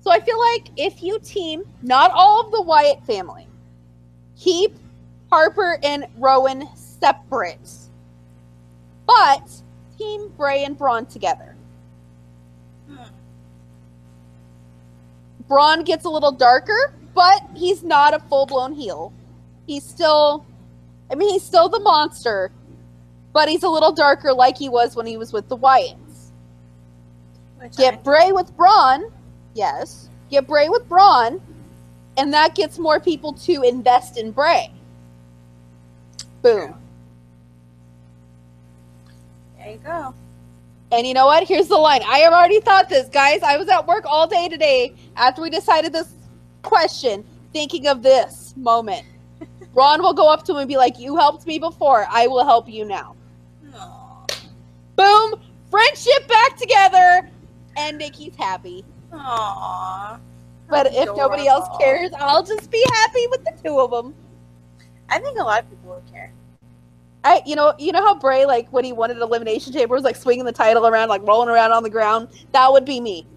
[SPEAKER 2] so I feel like if you team, not all of the Wyatt family, keep Harper and Rowan separate, but team Bray and Braun together.
[SPEAKER 3] Hmm.
[SPEAKER 2] Braun gets a little darker, but he's not a full blown heel. He's still, I mean, he's still the monster, but he's a little darker like he was when he was with the Wyatts.
[SPEAKER 3] Which
[SPEAKER 2] Get Bray with Braun, yes. Get Bray with Braun, and that gets more people to invest in Bray. Boom.
[SPEAKER 3] I, there you go.
[SPEAKER 2] And you know what? Here's the line. I have already thought this, guys. I was at work all day today after we decided this question, thinking of this moment. Ron will go up to him and be like, You helped me before. I will help you now.
[SPEAKER 3] Aw.
[SPEAKER 2] Boom. Friendship back together. And Nikki's happy.
[SPEAKER 3] Aw.
[SPEAKER 2] But if nobody else
[SPEAKER 3] Adorable.
[SPEAKER 2] cares, I'll just be happy with the two of them.
[SPEAKER 3] I think a lot of people would care.
[SPEAKER 2] I, you know, you know how Bray, like when he wanted elimination chamber, was like swinging the title around, like rolling around on the ground. That would be me.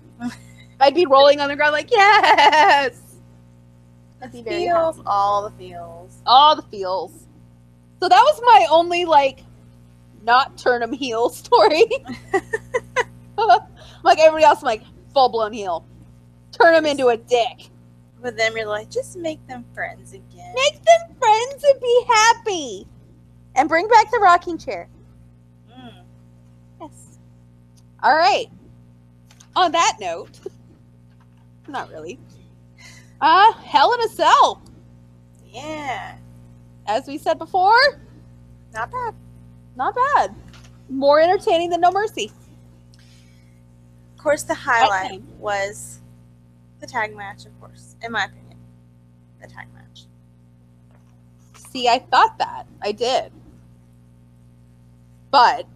[SPEAKER 2] I'd be rolling on the ground, like yes. I'd be very happy.
[SPEAKER 3] Feels, all the feels.
[SPEAKER 2] all the feels. So that was my only like, not turn him heel story. like everybody else, I'm like full blown heel. Turn him into a dick.
[SPEAKER 3] But then you're like, just make them friends again.
[SPEAKER 2] Make them friends and be happy, and bring back the rocking chair.
[SPEAKER 3] Mm.
[SPEAKER 2] Yes. All right. On that note, not really. Uh, Hell in a Cell,
[SPEAKER 3] Yeah.
[SPEAKER 2] as we said before,
[SPEAKER 3] Not bad.
[SPEAKER 2] not bad. More entertaining than No Mercy.
[SPEAKER 3] Of course, the highlight
[SPEAKER 2] Okay.
[SPEAKER 3] was the tag match, of course, in my opinion. The tag match.
[SPEAKER 2] See, I thought that. I did. But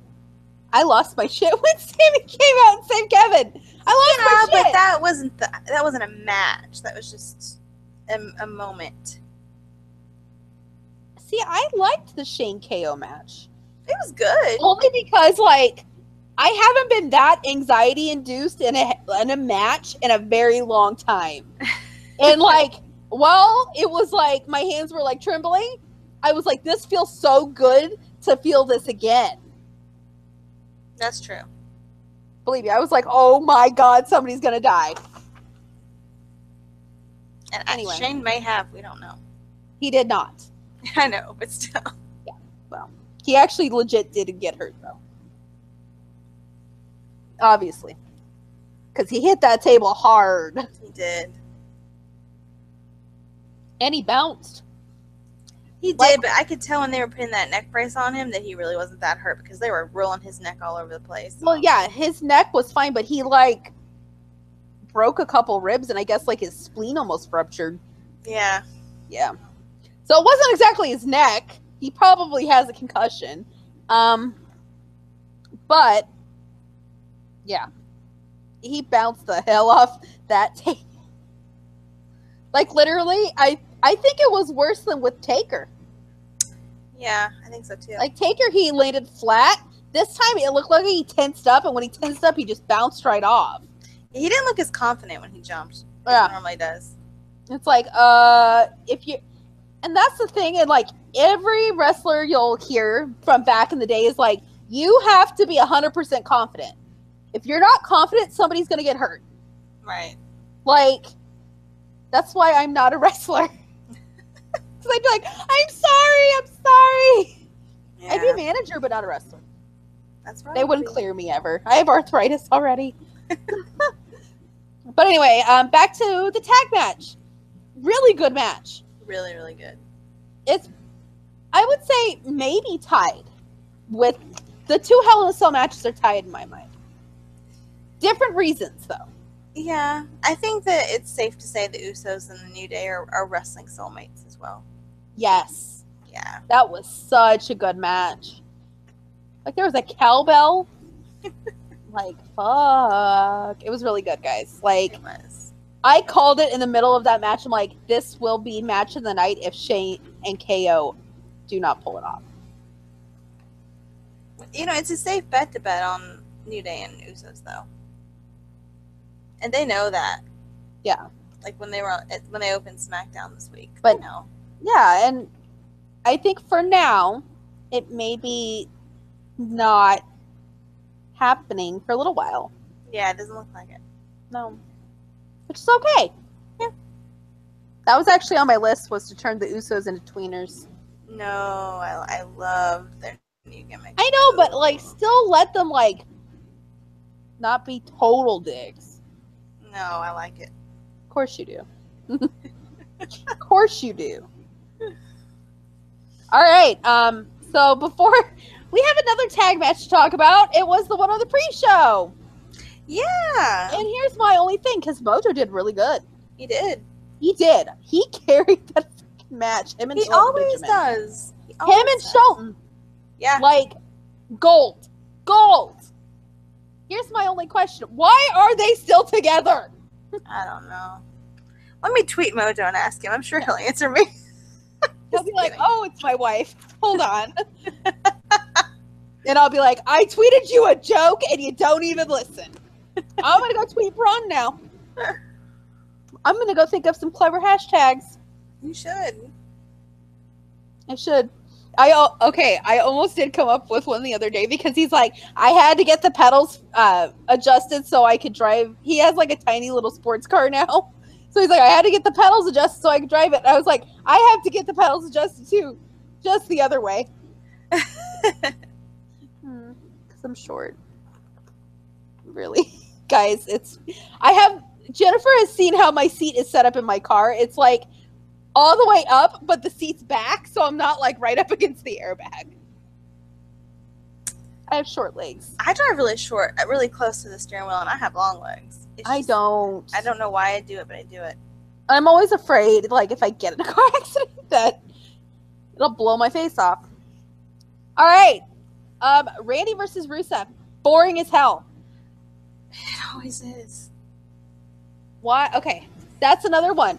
[SPEAKER 2] I lost my shit when Sammy came out and saved Kevin. I
[SPEAKER 3] Yeah,
[SPEAKER 2] lost my
[SPEAKER 3] Oh, but
[SPEAKER 2] shit.
[SPEAKER 3] that wasn't the, that wasn't a match. That was just a, a moment.
[SPEAKER 2] See, I liked the Shane KO match.
[SPEAKER 3] It was good.
[SPEAKER 2] only because like I haven't been that anxiety induced in a in a match in a very long time. and like while it was like my hands were like trembling, I was like this feels so good to feel this again.
[SPEAKER 3] That's true.
[SPEAKER 2] Believe me, I was like, "Oh my god, somebody's going to die."
[SPEAKER 3] And I-
[SPEAKER 2] Anyway.
[SPEAKER 3] Shane may have. We don't know.
[SPEAKER 2] He did not.
[SPEAKER 3] I know, but still.
[SPEAKER 2] He actually legit didn't get hurt though. Obviously. Cuz he hit that table hard.
[SPEAKER 3] He did.
[SPEAKER 2] and he bounced.
[SPEAKER 3] He did,
[SPEAKER 2] Like-
[SPEAKER 3] but I could tell when they were putting that neck brace on him that he really wasn't that hurt because they were rolling his neck all over the place.
[SPEAKER 2] Well, yeah, his neck was fine, but he like broke a couple ribs, and I guess like his spleen almost ruptured.
[SPEAKER 3] Yeah.
[SPEAKER 2] Yeah. So it wasn't exactly his neck. He probably has a concussion. Um but yeah. He bounced the hell off that table. Like literally, I I think it was worse than with Taker.
[SPEAKER 3] Yeah, I think so too.
[SPEAKER 2] Like Taker he landed flat. This time it looked like he tensed up and when he tensed up he just bounced right off.
[SPEAKER 3] he didn't look as confident when he jumped. as
[SPEAKER 2] Yeah.
[SPEAKER 3] He normally does.
[SPEAKER 2] It's like, uh, if you, and that's the thing, and like every wrestler you'll hear from back in the day is like, you have to be 100% confident. If you're not confident, somebody's going to get hurt.
[SPEAKER 3] Right.
[SPEAKER 2] Like, that's why I'm not a wrestler. Because I'd be like, I'm sorry, I'm sorry.
[SPEAKER 3] Yeah.
[SPEAKER 2] I'd be a manager, but not a wrestler.
[SPEAKER 3] That's right.
[SPEAKER 2] They wouldn't clear me ever. I have arthritis already. but anyway, um, back to the tag match. Really good match.
[SPEAKER 3] Really, really good.
[SPEAKER 2] it's I would say maybe tied with the two Hell in a Cell matches are tied in my mind. Different reasons though.
[SPEAKER 3] Yeah, I think that it's safe to say the Usos and the New Day are, are wrestling soulmates as well.
[SPEAKER 2] Yes.
[SPEAKER 3] Yeah.
[SPEAKER 2] That was such a good match. Like there was a cowbell. like fuck. It was really good, guys. Like
[SPEAKER 3] It was.
[SPEAKER 2] I called it in the middle of that match. I'm like, this will be match of the night if Shane and KO do not pull it off.
[SPEAKER 3] You know, it's a safe bet to bet on New Day and Usos though, and they know that.
[SPEAKER 2] Yeah.
[SPEAKER 3] Like when they were on- when they opened SmackDown this week.
[SPEAKER 2] But-
[SPEAKER 3] you know,
[SPEAKER 2] yeah and i think for now it may be not happening for a little while
[SPEAKER 3] yeah, it doesn't look like it.
[SPEAKER 2] no which is okay yeah that was actually on my list was to turn the usos into tweeners
[SPEAKER 3] No, I, I love their new gimmick.
[SPEAKER 2] i know but like still let them like not be total dicks
[SPEAKER 3] no, I like it.
[SPEAKER 2] of course you do of course you do all right um so before we have another tag match to talk about it was the one on the pre-show
[SPEAKER 3] Yeah,
[SPEAKER 2] And here's my only thing, because Mojo did really good.
[SPEAKER 3] he did.
[SPEAKER 2] He did. He carried that freaking match. Him and
[SPEAKER 3] He
[SPEAKER 2] Shelton
[SPEAKER 3] always
[SPEAKER 2] Benjamin.
[SPEAKER 3] does. He always
[SPEAKER 2] Him and
[SPEAKER 3] does.
[SPEAKER 2] Shelton,
[SPEAKER 3] Yeah.
[SPEAKER 2] like gold, gold. Here's my only question: Why are they still together?
[SPEAKER 3] I don't know. Let me tweet Mojo and ask him. I'm sure he'll answer me.
[SPEAKER 2] He'll be like,
[SPEAKER 3] kidding.
[SPEAKER 2] "Oh, it's my wife." Hold on. and I'll be like, "I tweeted you a joke, and you don't even listen." I'm gonna go tweet Braun now. I'm gonna go think of some clever hashtags.
[SPEAKER 3] You should.
[SPEAKER 2] I should. I al- okay. I almost did come up with one the other day because he's like, I had to get the pedals uh, adjusted so I could drive. He has like a tiny little sports car now, so he's like, I had to get the pedals adjusted so I could drive it. And I was like, I have to get the pedals adjusted too, just the other way. Because I'm short. Really, guys, it's. I have Jennifer has seen how my seat is set up in my car. It's like all the way up, but the seat's back, so I'm not like right up against the airbag. I have short legs.
[SPEAKER 3] I drive really short, uh, really close to the steering wheel, and I have long legs. It's
[SPEAKER 2] I
[SPEAKER 3] just-
[SPEAKER 2] don't.
[SPEAKER 3] I don't know why I do it, but I do it.
[SPEAKER 2] I'm always afraid, like if I get in a car accident, that it'll blow my face off. All right, um, Randy versus Rusev, boring as hell.
[SPEAKER 3] It always is.
[SPEAKER 2] Why? Okay, that's another one.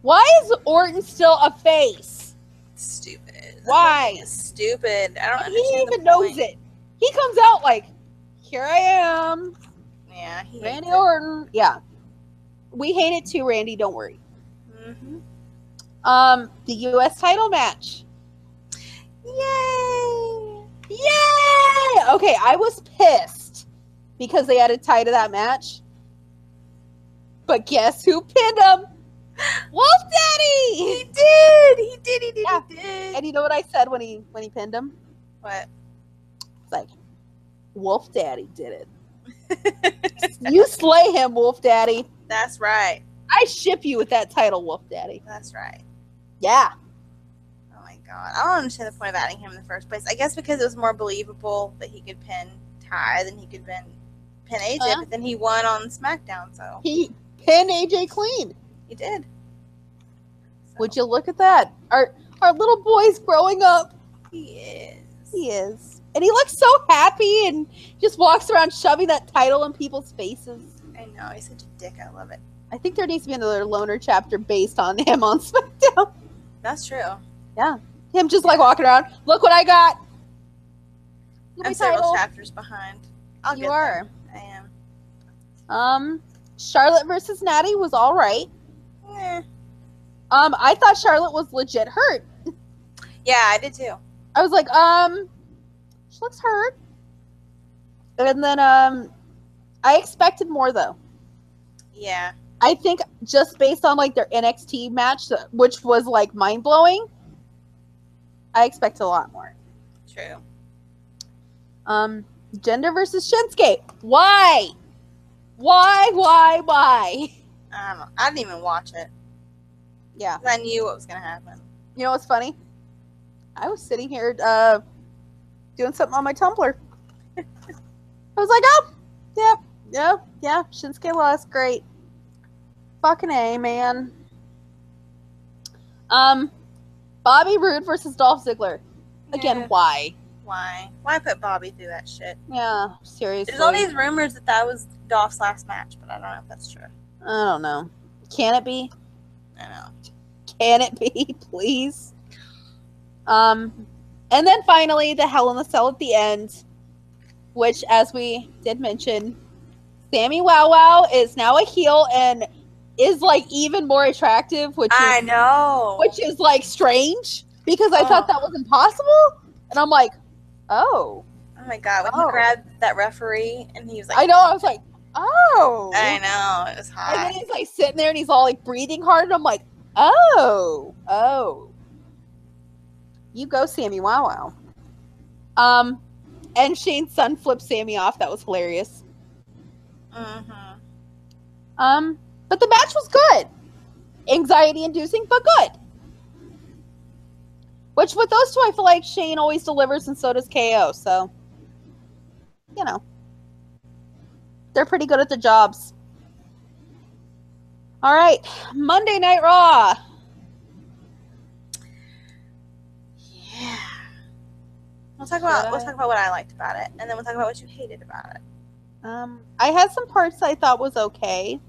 [SPEAKER 2] Why is Orton still a face?
[SPEAKER 3] Stupid.
[SPEAKER 2] Why?
[SPEAKER 3] It's stupid. I
[SPEAKER 2] And
[SPEAKER 3] don't understand.
[SPEAKER 2] he
[SPEAKER 3] the
[SPEAKER 2] even
[SPEAKER 3] point.
[SPEAKER 2] knows it. He comes out like, "Here I am."
[SPEAKER 3] Yeah. He
[SPEAKER 2] Randy Orton. Yeah. We hate it too, Randy. Don't worry.
[SPEAKER 3] Mm-hmm.
[SPEAKER 2] Um, the U.S. title match.
[SPEAKER 3] Yay!
[SPEAKER 2] Yay! Okay, I was pissed because they added tie to that match. But guess who pinned him? Wolf Daddy!
[SPEAKER 3] He did. He did. He did.
[SPEAKER 2] Yeah.
[SPEAKER 3] He did.
[SPEAKER 2] And you know what I said when he when he pinned him?
[SPEAKER 3] what?
[SPEAKER 2] It's like, Wolf Daddy did it. you slay him, Wolf Daddy.
[SPEAKER 3] That's right.
[SPEAKER 2] I ship you with that title, Wolf Daddy.
[SPEAKER 3] That's right.
[SPEAKER 2] Yeah.
[SPEAKER 3] Oh my god. I don't understand the point of adding him in the first place. I guess because it was more believable that he could pin Ty than he could pin, pin AJ,
[SPEAKER 2] Uh-huh.
[SPEAKER 3] but then he won on SmackDown, so
[SPEAKER 2] He pinned AJ clean.
[SPEAKER 3] he did. So,
[SPEAKER 2] Would you look at that? Our our little boy's growing up.
[SPEAKER 3] He is.
[SPEAKER 2] He is. And he looks so happy and just walks around shoving that title in people's faces.
[SPEAKER 3] I know. He's such a dick. I love it.
[SPEAKER 2] I think there needs to be another loner chapter based on him on Smack-
[SPEAKER 3] That's true.
[SPEAKER 2] him just like walking around. Look what I got. Look at my
[SPEAKER 3] I'm several
[SPEAKER 2] title.
[SPEAKER 3] chapters behind. I'll
[SPEAKER 2] You
[SPEAKER 3] get
[SPEAKER 2] are.
[SPEAKER 3] there. I am.
[SPEAKER 2] Um, Charlotte versus Natty was all right.
[SPEAKER 3] Eh.
[SPEAKER 2] Um, I thought Charlotte was legit hurt.
[SPEAKER 3] Yeah, I did too.
[SPEAKER 2] I was like, um, she looks hurt. And then, um, I expected more though.
[SPEAKER 3] Yeah.
[SPEAKER 2] I think just based on like their NXT match, which was like mind blowing, I expect a lot more.
[SPEAKER 3] True.
[SPEAKER 2] Um, Gender versus Shinsuke. Why? Why? Why? Why?
[SPEAKER 3] I don't know. I didn't even watch it.
[SPEAKER 2] Yeah.
[SPEAKER 3] 'cause I knew what was gonna happen.
[SPEAKER 2] You know what's funny? I was sitting here uh, doing something on my Tumblr. I was like, oh, yeah, yeah, yeah. Shinsuke lost. Great. Fucking A, man. Um, Bobby Roode versus Dolph Ziggler. Again,
[SPEAKER 3] Yeah.
[SPEAKER 2] why?
[SPEAKER 3] Why? Why put Bobby through that shit?
[SPEAKER 2] Yeah, seriously.
[SPEAKER 3] There's all these rumors that that was Dolph's last match, but I don't know if that's true.
[SPEAKER 2] I don't know. Can it be?
[SPEAKER 3] I know.
[SPEAKER 2] Can it be, please? Um, and then finally, the Hell in the Cell at the end, which, as we did mention, Sammy Wow Wow is now a heel and is like even more attractive, which
[SPEAKER 3] I
[SPEAKER 2] is,
[SPEAKER 3] know.
[SPEAKER 2] which is like strange because I
[SPEAKER 3] Oh.
[SPEAKER 2] thought that was impossible, and I'm like, oh,
[SPEAKER 3] oh my god, when
[SPEAKER 2] Oh.
[SPEAKER 3] he grabbed that referee and he was like,
[SPEAKER 2] I know, I was like, oh,
[SPEAKER 3] I know, it was hot.
[SPEAKER 2] and then he's like sitting there and he's all like breathing hard, and I'm like, oh, oh, you go, Sammy. Wow, wow. Um, and Shane's son flipped Sammy off. That was hilarious.
[SPEAKER 3] mm-hmm.
[SPEAKER 2] Um, but the match was good, anxiety inducing, but good. Which with those two, I feel like Shane always delivers, and so does KO. So, you know, they're pretty good at their jobs. All right, Monday Night Raw.
[SPEAKER 3] Yeah. We'll talk about
[SPEAKER 2] Should
[SPEAKER 3] we'll
[SPEAKER 2] I?
[SPEAKER 3] talk about what I liked about it, and then we'll talk about what you hated about it.
[SPEAKER 2] Um, I had some parts I thought was okay.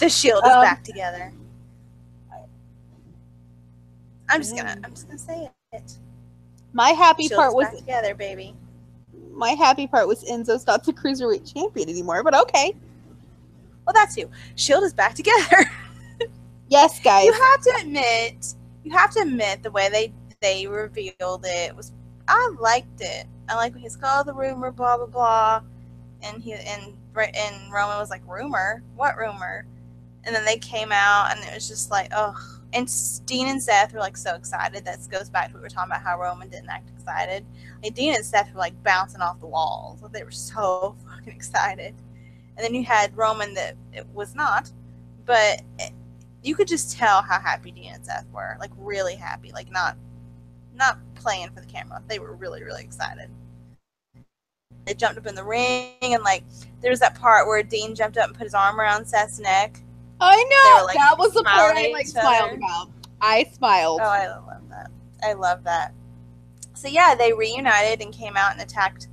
[SPEAKER 3] The shield is
[SPEAKER 2] Um,
[SPEAKER 3] back together. I'm just gonna
[SPEAKER 2] Mm.
[SPEAKER 3] I'm just gonna say it.
[SPEAKER 2] My happy
[SPEAKER 3] Shield's
[SPEAKER 2] part was
[SPEAKER 3] back together, baby.
[SPEAKER 2] my happy part was Enzo's not the cruiserweight champion anymore. But okay,
[SPEAKER 3] Well, that's you. Shield is back together.
[SPEAKER 2] yes, guys.
[SPEAKER 3] you have to admit, you have to admit the way they they revealed it was. I liked it. I like when he's called the rumor, blah blah blah, and he and Br- and Roman was like, rumor, what rumor? And then they came out, and it was just like, oh. And S- Dean and Seth were like so excited. That goes back to what we were talking about how Roman didn't act excited. Like Dean and Seth were like bouncing off the walls. Like, they were so fucking excited. And then you had Roman that it was not, but you could just tell how happy Dean and Seth were, like really happy, like not not playing for the camera. They were really really excited. They jumped up in the ring and like there's that part where Dean jumped up and put his arm around Seth's neck.
[SPEAKER 2] I
[SPEAKER 3] They
[SPEAKER 2] know
[SPEAKER 3] were, like,
[SPEAKER 2] that was the part
[SPEAKER 3] smiling
[SPEAKER 2] I
[SPEAKER 3] at
[SPEAKER 2] like
[SPEAKER 3] each
[SPEAKER 2] smiled
[SPEAKER 3] other.
[SPEAKER 2] about. I smiled.
[SPEAKER 3] Oh, I love that. I love that. So yeah, they reunited and came out and attacked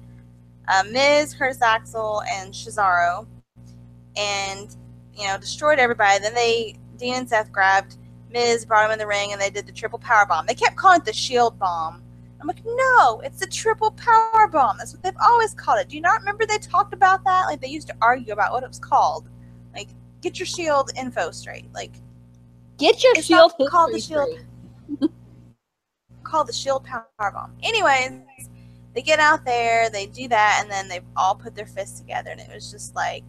[SPEAKER 3] uh, Miz, Curtis Axel, and Cesaro, and you know destroyed everybody. Then they Dean and Seth grabbed Miz, brought him in the ring, and they did the triple power bomb. They kept calling it the Shield bomb. I'm like, no, it's the triple power bomb. That's what they've always called it. Do you not remember they talked about that? Like they used to argue about what it was called. Like, get your Shield info straight. Like,
[SPEAKER 2] Get your
[SPEAKER 3] It's
[SPEAKER 2] shield.
[SPEAKER 3] not called the
[SPEAKER 2] history
[SPEAKER 3] shield.
[SPEAKER 2] straight.
[SPEAKER 3] called the Shield Power Bomb. Anyways, they get out there, they do that, and then they all put their fists together, and it was just like,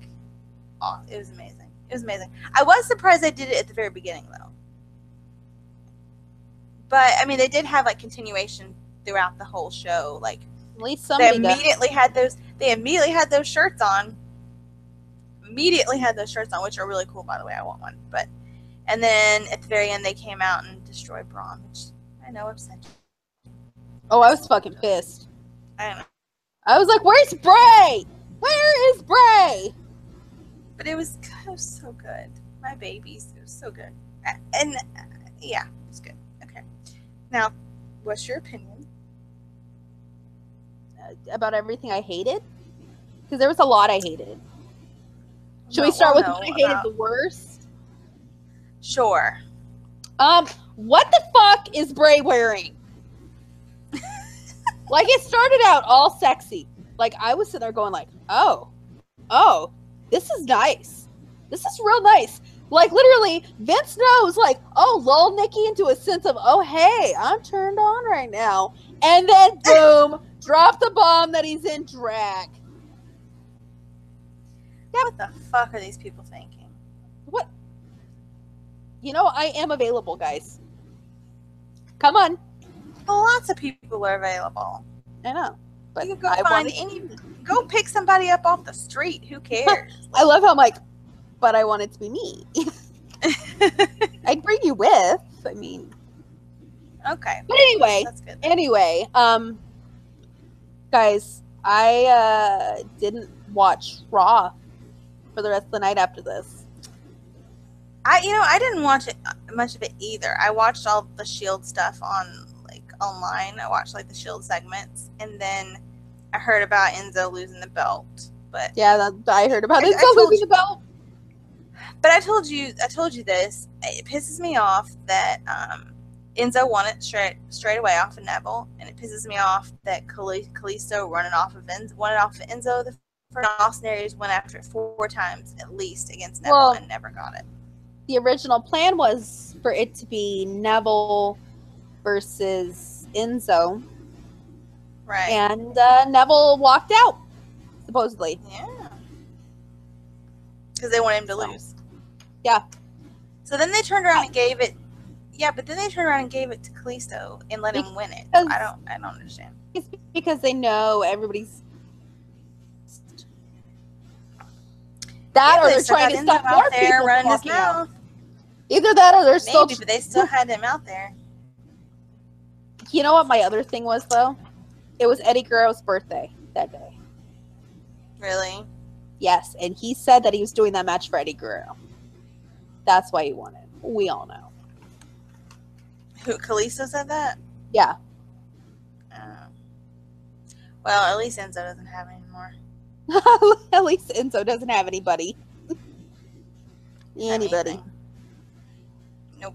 [SPEAKER 3] oh, it was amazing. It was amazing. I was surprised they did it at the very beginning, though. But I mean, they did have like continuation throughout the whole show. Like
[SPEAKER 2] At least
[SPEAKER 3] they
[SPEAKER 2] somebody got-
[SPEAKER 3] immediately had those. They immediately had those shirts on. Immediately had those shirts on, which are really cool, by the way. I want one, but And then at the very end, they came out and destroyed Braun, which I know upset you.
[SPEAKER 2] Oh, I was fucking pissed.
[SPEAKER 3] I know.
[SPEAKER 2] I was like, "Where's Bray? Where is Bray?"
[SPEAKER 3] But it was, it was so good. My babies. It was so good. A- And uh, yeah, it was good. Okay. Now, what's your opinion?
[SPEAKER 2] Uh, about everything I hated, because there was a lot I hated. Should we
[SPEAKER 3] Well,
[SPEAKER 2] start with
[SPEAKER 3] no, uh,
[SPEAKER 2] what I hated
[SPEAKER 3] about-
[SPEAKER 2] the worst?
[SPEAKER 3] Sure.
[SPEAKER 2] Um, what the fuck is Bray wearing? like it started out all sexy. Like I was sitting there going like, "Oh. Oh, this is nice. This is real nice." Like literally Vince knows like, "Oh, lull Nikki into a sense of, "Oh, hey, I'm turned on right now." And then boom, drop the bomb that he's in drag.
[SPEAKER 3] What the fuck are these people thinking?
[SPEAKER 2] What? You know, I am available, guys. Come on.
[SPEAKER 3] Lots of people are available.
[SPEAKER 2] I know. But
[SPEAKER 3] you can go
[SPEAKER 2] I
[SPEAKER 3] find
[SPEAKER 2] wanted-
[SPEAKER 3] any. Go pick somebody up off the street. Who cares?
[SPEAKER 2] I love how I'm like, but I want it to be me. I'd bring you with. I mean,
[SPEAKER 3] okay.
[SPEAKER 2] but anyway,
[SPEAKER 3] That's good.
[SPEAKER 2] anyway, um, guys, I uh didn't watch Raw for the rest of the night after this.
[SPEAKER 3] I you know I didn't watch it, uh, much of it either. I watched all the Shield stuff on like online. I watched like the Shield segments, and then I heard about Enzo losing the belt. But
[SPEAKER 2] Yeah, that, I heard about
[SPEAKER 3] I-
[SPEAKER 2] it.
[SPEAKER 3] I
[SPEAKER 2] So
[SPEAKER 3] told
[SPEAKER 2] losing
[SPEAKER 3] you.
[SPEAKER 2] the belt.
[SPEAKER 3] but I told you I told you this. It pisses me off that um, Enzo won it straight straight away off of Neville, and it pisses me off that Kali- Kalisto running off of Enzo, won it off of Enzo. The first Austin Aries went after it four times at least against Neville
[SPEAKER 2] Well,
[SPEAKER 3] and never got it.
[SPEAKER 2] The original plan was for it to be Neville versus Enzo.
[SPEAKER 3] Right.
[SPEAKER 2] and uh, Neville walked out, supposedly.
[SPEAKER 3] Yeah. Because they wanted him to
[SPEAKER 2] So.
[SPEAKER 3] lose.
[SPEAKER 2] Yeah.
[SPEAKER 3] So then they turned around and gave it. Yeah, but then they turned around and gave it to Kalisto and let him win it.
[SPEAKER 2] Because-
[SPEAKER 3] I don't. I don't understand.
[SPEAKER 2] It's because they know everybody's. That
[SPEAKER 3] Yeah,
[SPEAKER 2] or
[SPEAKER 3] they
[SPEAKER 2] they're
[SPEAKER 3] still
[SPEAKER 2] trying
[SPEAKER 3] got
[SPEAKER 2] to
[SPEAKER 3] Enzo
[SPEAKER 2] stop more
[SPEAKER 3] out there
[SPEAKER 2] people
[SPEAKER 3] running
[SPEAKER 2] from
[SPEAKER 3] his
[SPEAKER 2] walking out.
[SPEAKER 3] mouth.
[SPEAKER 2] Either that or they're still.
[SPEAKER 3] Maybe, but they still had him out there.
[SPEAKER 2] You know what my other thing was though? It was Eddie Guerrero's birthday that day.
[SPEAKER 3] Really?
[SPEAKER 2] Yes, and he said that he was doing that match for Eddie Guerrero. That's why he won it. We all know.
[SPEAKER 3] Who? Kalisto said that.
[SPEAKER 2] Yeah.
[SPEAKER 3] Uh, well, at least Enzo doesn't have it anymore.
[SPEAKER 2] At least Enzo doesn't have anybody. Anybody.
[SPEAKER 3] Anything. Nope.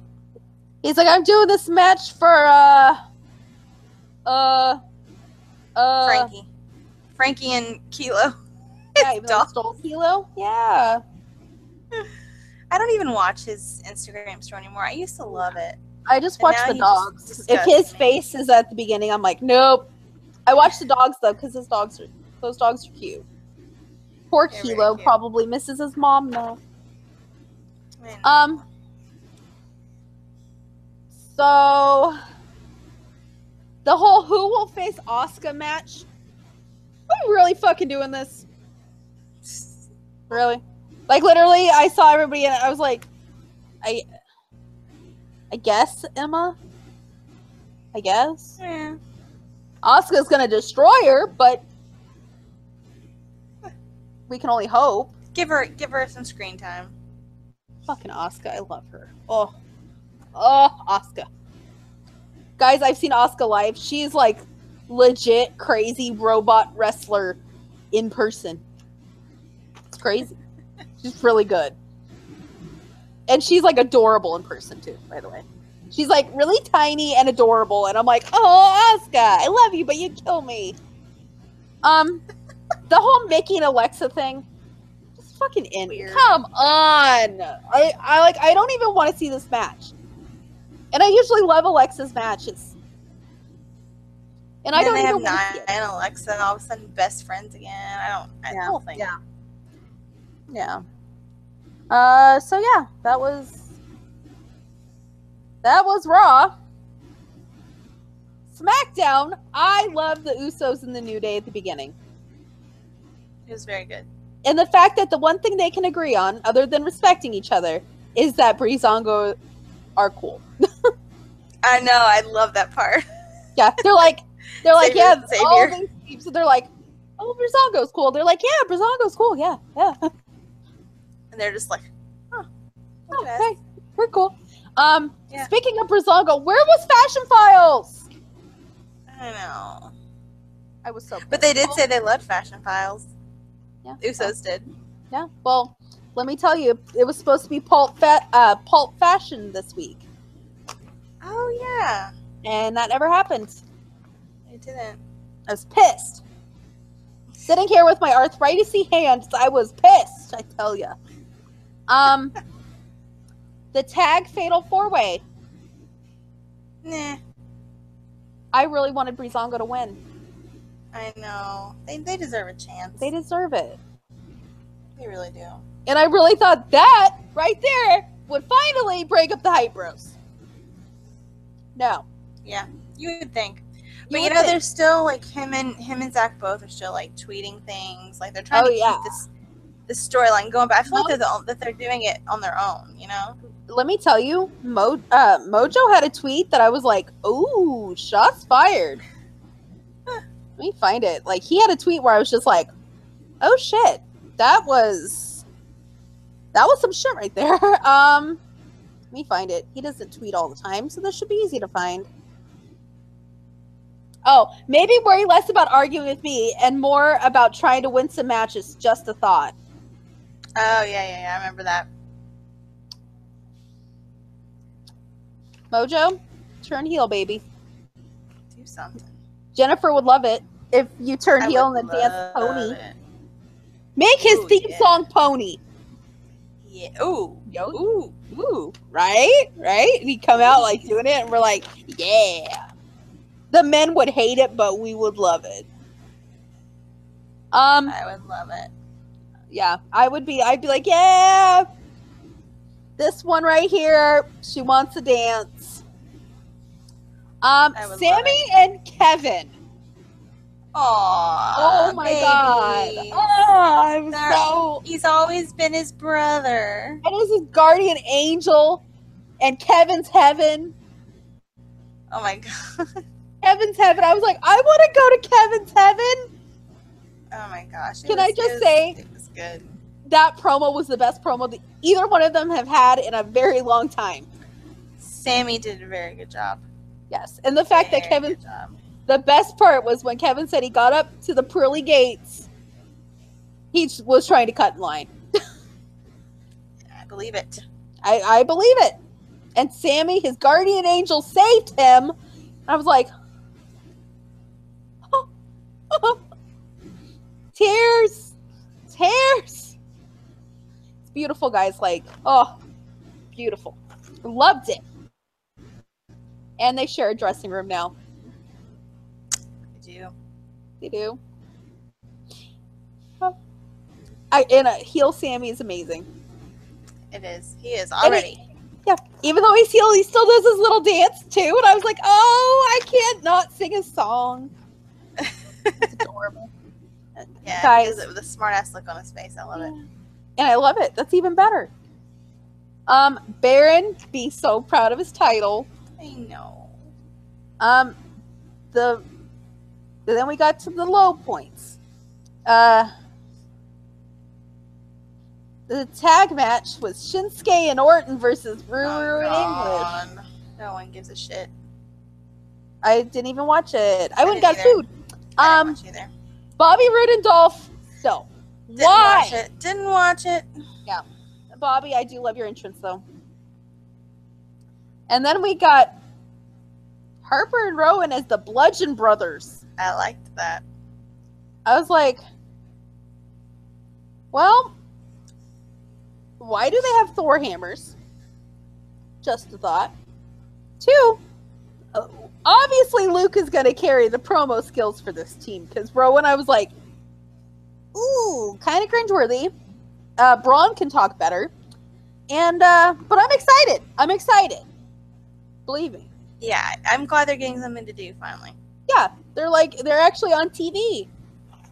[SPEAKER 2] He's like, I'm doing this match for uh uh uh
[SPEAKER 3] Frankie. Frankie and Kilo.
[SPEAKER 2] yeah, even though he
[SPEAKER 3] dog.
[SPEAKER 2] stole Kilo. Yeah.
[SPEAKER 3] I don't even watch his Instagram story anymore. I used to love it.
[SPEAKER 2] I just
[SPEAKER 3] And
[SPEAKER 2] watch
[SPEAKER 3] now
[SPEAKER 2] the
[SPEAKER 3] he just
[SPEAKER 2] dogs. If
[SPEAKER 3] disgusts
[SPEAKER 2] his
[SPEAKER 3] me.
[SPEAKER 2] face is at the beginning, I'm like, nope. I watch the dogs though, because his dogs are those dogs are cute. Poor
[SPEAKER 3] They're very
[SPEAKER 2] Kilo
[SPEAKER 3] cute.
[SPEAKER 2] probably misses his mom though.
[SPEAKER 3] Man.
[SPEAKER 2] Um so the whole who will face Oscar match. Are we really fucking doing this? Really? Like literally, I saw everybody and I was like, I, I guess Emma. I guess
[SPEAKER 3] Yeah.
[SPEAKER 2] Oscar's gonna destroy her, but we can only hope.
[SPEAKER 3] Give her give her some screen time.
[SPEAKER 2] Fucking Oscar, I love her. Oh, oh, Oscar. Guys, I've seen Oscar live. She's like legit crazy robot wrestler in person. It's crazy. she's really good, and she's like adorable in person too. By the way, she's like really tiny and adorable, and I'm like, oh, Oscar, I love you, but you kill me. Um, the whole Mickey and Alexa thing. Just fucking end.
[SPEAKER 3] Weird.
[SPEAKER 2] Come on. I, I like I don't even want to see this match. And I usually love Alexa's matches. And I don't
[SPEAKER 3] then they
[SPEAKER 2] even want
[SPEAKER 3] have
[SPEAKER 2] to
[SPEAKER 3] Nia
[SPEAKER 2] see it.
[SPEAKER 3] and Alexa and all of a sudden best friends again. I don't I
[SPEAKER 2] Yeah.
[SPEAKER 3] don't think
[SPEAKER 2] Yeah. Yeah. Uh so yeah, that was that was Raw. SmackDown, I love the Usos in the New Day at the beginning.
[SPEAKER 3] it was very good.
[SPEAKER 2] and the fact that the one thing they can agree on, other than respecting each other, is that Breezango are cool.
[SPEAKER 3] I know. I love that part.
[SPEAKER 2] Yeah, they're like they're like
[SPEAKER 3] Savior,
[SPEAKER 2] yeah, all
[SPEAKER 3] savior.
[SPEAKER 2] these peeps, they're like, oh, Brizongo's cool. They're like, yeah, Brizongo's cool. Yeah, yeah.
[SPEAKER 3] And they're just like, huh.
[SPEAKER 2] Oh,
[SPEAKER 3] look at us.
[SPEAKER 2] hey, we're cool. Um,
[SPEAKER 3] Yeah.
[SPEAKER 2] speaking of Brizongo, where was Fashion Files?
[SPEAKER 3] I know.
[SPEAKER 2] I was so. pissed.
[SPEAKER 3] But they did say they loved fashion files.
[SPEAKER 2] Oh. Yeah.
[SPEAKER 3] Usos did.
[SPEAKER 2] Yeah. Well, let me tell you, it was supposed to be pulp fa- uh, pulp fashion this week,
[SPEAKER 3] Oh yeah.
[SPEAKER 2] and that never happened.
[SPEAKER 3] They didn't.
[SPEAKER 2] I was pissed. Sitting here with my arthritisy hands, I was pissed. I tell ya. Um, the tag fatal four way.
[SPEAKER 3] Nah.
[SPEAKER 2] I really wanted Brizongo to win.
[SPEAKER 3] I know. They they deserve a chance.
[SPEAKER 2] They deserve it.
[SPEAKER 3] They really do.
[SPEAKER 2] And I really thought that right there would finally break up the hype bros. No.
[SPEAKER 3] Yeah. You would think.
[SPEAKER 2] You
[SPEAKER 3] But you,
[SPEAKER 2] would
[SPEAKER 3] know,
[SPEAKER 2] think-
[SPEAKER 3] they're still like him and him and Zach both are still like tweeting things. Like they're trying
[SPEAKER 2] Oh,
[SPEAKER 3] to
[SPEAKER 2] yeah.
[SPEAKER 3] keep this this storyline going. But I feel
[SPEAKER 2] No.
[SPEAKER 3] like they're the, on- that they're doing it on their own. You know.
[SPEAKER 2] let me tell you, Mo- uh, Mojo had a tweet that I was like, "Ooh, shots fired." let me find it. Like he had a tweet where I was just like, "Oh shit, that was that was some shit right there." um, let me find it. He doesn't tweet all the time, so this should be easy to find. Oh, maybe worry less about arguing with me and more about trying to win some matches. Just a thought.
[SPEAKER 3] Oh yeah, yeah, yeah. I remember that.
[SPEAKER 2] Mojo, turn heel, baby.
[SPEAKER 3] Do something.
[SPEAKER 2] Jennifer would love it if you turn
[SPEAKER 3] I
[SPEAKER 2] heel
[SPEAKER 3] would
[SPEAKER 2] and then dance
[SPEAKER 3] love
[SPEAKER 2] pony.
[SPEAKER 3] it.
[SPEAKER 2] Make his
[SPEAKER 3] Ooh,
[SPEAKER 2] theme
[SPEAKER 3] yeah.
[SPEAKER 2] song pony.
[SPEAKER 3] Yeah. Ooh.
[SPEAKER 2] Yo,
[SPEAKER 3] Ooh.
[SPEAKER 2] ooh, right, right. And he come out like doing it, and we're like, yeah. The men would hate it, but we would love it. Um,
[SPEAKER 3] I would love it.
[SPEAKER 2] yeah, I would be. I'd be like, yeah. This one right here, she wants to dance. Um,
[SPEAKER 3] I would love
[SPEAKER 2] Sammy and Kevin.
[SPEAKER 3] Aww,
[SPEAKER 2] Oh my god! Oh, I'm
[SPEAKER 3] They're-
[SPEAKER 2] so
[SPEAKER 3] He's always been his brother.
[SPEAKER 2] And is his guardian angel and Kevin's heaven.
[SPEAKER 3] Oh my god.
[SPEAKER 2] Kevin's heaven. I was like, I want to go to Kevin's heaven.
[SPEAKER 3] Oh my gosh. It
[SPEAKER 2] Can I
[SPEAKER 3] was- it
[SPEAKER 2] just
[SPEAKER 3] was-
[SPEAKER 2] say-
[SPEAKER 3] it was good?
[SPEAKER 2] That promo was the best promo that either one of them have had in a very long time.
[SPEAKER 3] Sammy did a very good job.
[SPEAKER 2] Yes. And the fact that
[SPEAKER 3] Very
[SPEAKER 2] Kevin,
[SPEAKER 3] good job.
[SPEAKER 2] the best part was when Kevin said he got up to the pearly gates, he was trying to cut in line.
[SPEAKER 3] I believe it.
[SPEAKER 2] I, I believe it. And Sammy, his guardian angel, saved him. I was like, tears, tears. It's beautiful, guys. Like, oh, beautiful. Loved it. And they share a dressing room now.
[SPEAKER 3] I do.
[SPEAKER 2] They do. I, and a heel Sammy is amazing.
[SPEAKER 3] It is. He is
[SPEAKER 2] he-
[SPEAKER 3] already.
[SPEAKER 2] Yeah, even though he's heel, he still does his little dance too. And I was like, oh, I can't not sing a song. It's adorable.
[SPEAKER 3] yeah.
[SPEAKER 2] guys.
[SPEAKER 3] He does it with a smart ass look on his face. I love it.
[SPEAKER 2] And I love it. That's even better. Um, Baron be so proud of his title.
[SPEAKER 3] I know.
[SPEAKER 2] Um, the then we got to the low points. Uh, the tag match was Shinsuke and Orton versus Ruru and English.
[SPEAKER 3] Oh, God. No one gives a shit.
[SPEAKER 2] I didn't even watch it. I went and
[SPEAKER 3] didn't
[SPEAKER 2] got
[SPEAKER 3] either.
[SPEAKER 2] food.
[SPEAKER 3] I
[SPEAKER 2] Um,
[SPEAKER 3] didn't watch either.
[SPEAKER 2] Bobby Roode and Dolph. No.
[SPEAKER 3] Didn't
[SPEAKER 2] Why?
[SPEAKER 3] watch it. Didn't watch it.
[SPEAKER 2] Bobby, I do love your entrance though. And then we got Harper and Rowan as the Bludgeon Brothers.
[SPEAKER 3] I liked that.
[SPEAKER 2] I was like, well, why do they have Thor hammers? Just a thought. Two, uh, obviously Luke is going to carry the promo skills for this team because Rowan, I was like, ooh, kind of cringeworthy. Uh, Braun can talk better, and uh, but I'm excited. I'm excited. Believe me.
[SPEAKER 3] Yeah. I'm glad they're getting something to do finally.
[SPEAKER 2] Yeah, they're like they're actually on TV.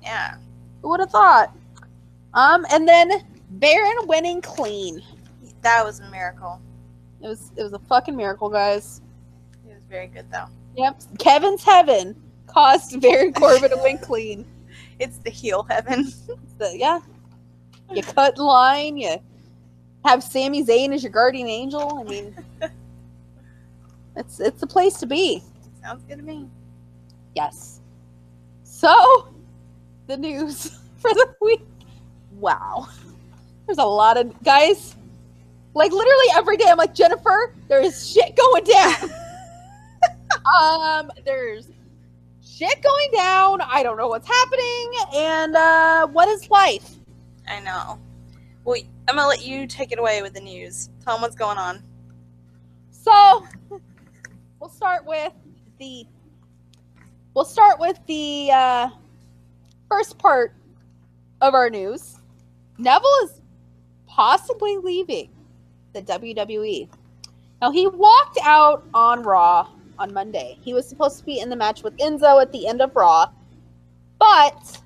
[SPEAKER 3] Yeah.
[SPEAKER 2] Who would have thought? Um, and then Baron winning clean.
[SPEAKER 3] That was a miracle.
[SPEAKER 2] It was it was a fucking miracle, guys.
[SPEAKER 3] It was very good though.
[SPEAKER 2] Yep. Kevin's heaven caused Baron Corbin to win clean.
[SPEAKER 3] It's the heel heaven.
[SPEAKER 2] So, yeah. You cut in line, you have Sami Zayn as your guardian angel. I mean it's it's the place to be.
[SPEAKER 3] Sounds good to me.
[SPEAKER 2] Yes. So the news for the week. Wow. There's a lot of guys. Like literally every day I'm like, Jennifer, there is shit going down. um, there's shit going down. I don't know what's happening. And uh what is life?
[SPEAKER 3] I know. Well, I'm gonna let you take it away with the news. Tell 'em what's going on.
[SPEAKER 2] So we'll start with the we'll start with the uh, first part of our news. Neville is possibly leaving the WWE. Now he walked out on Raw on Monday. He was supposed to be in the match with Enzo at the end of Raw, but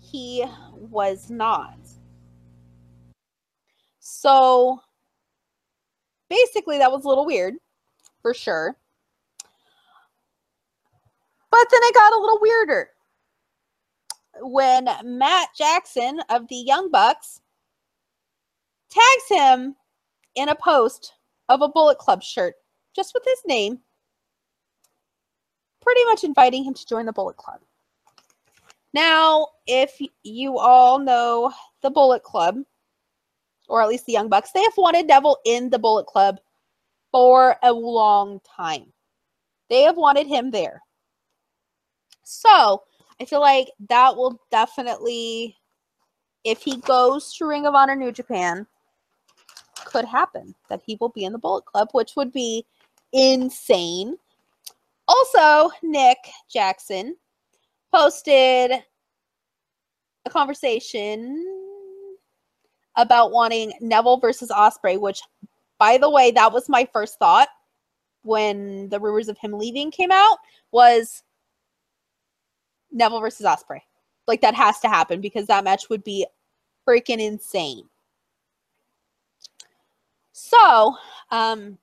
[SPEAKER 2] he was not. So basically that was a little weird for sure but then it got a little weirder when matt jackson of the young bucks tags him in a post of a bullet club shirt just with his name pretty much inviting him to join the bullet club now if you all know the bullet club or at least the Young Bucks, they have wanted Neville in the Bullet Club for a long time. They have wanted him there. So I feel like that will definitely, if he goes to Ring of Honor New Japan, could happen that he will be in the Bullet Club, which would be insane. Also, Nick Jackson posted a conversation about wanting Neville versus Osprey, which, by the way, that was my first thought when the rumors of him leaving came out was Neville versus Osprey. Like that has to happen because that match would be freaking insane. So, um,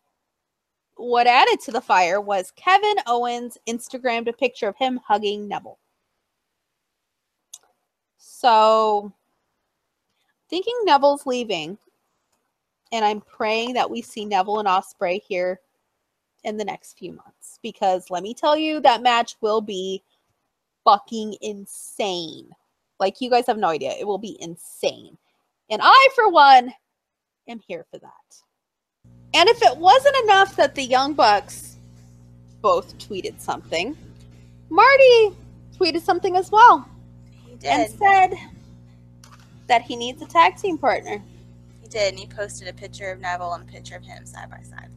[SPEAKER 2] what added to the fire was Kevin Owens Instagrammed a picture of him hugging Neville. So, thinking Neville's leaving, and I'm praying that we see Neville and Osprey here in the next few months because let me tell you, that match will be fucking insane. Like you guys have no idea, it will be insane, and I, for one, am here for that. And if it wasn't enough that the Young Bucks both tweeted something, Marty tweeted something as well
[SPEAKER 3] He
[SPEAKER 2] and
[SPEAKER 3] did.
[SPEAKER 2] said that he needs a tag team partner.
[SPEAKER 3] he did, and he posted a picture of Neville and a picture of him side by side.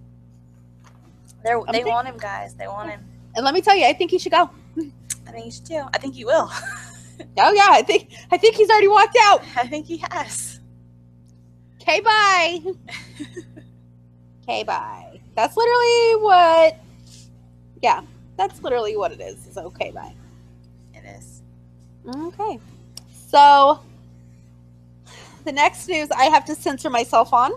[SPEAKER 3] They're, they
[SPEAKER 2] think-
[SPEAKER 3] want him, guys. They want him.
[SPEAKER 2] And let me tell you, I think he should go.
[SPEAKER 3] I think he should too. I think he will.
[SPEAKER 2] Oh yeah, I think I think he's already walked out.
[SPEAKER 3] I think he has.
[SPEAKER 2] Okay, bye. okay, bye. That's literally what. Yeah, that's literally what it is. Is okay, bye.
[SPEAKER 3] It is.
[SPEAKER 2] Okay. So the next news I have to censor myself on.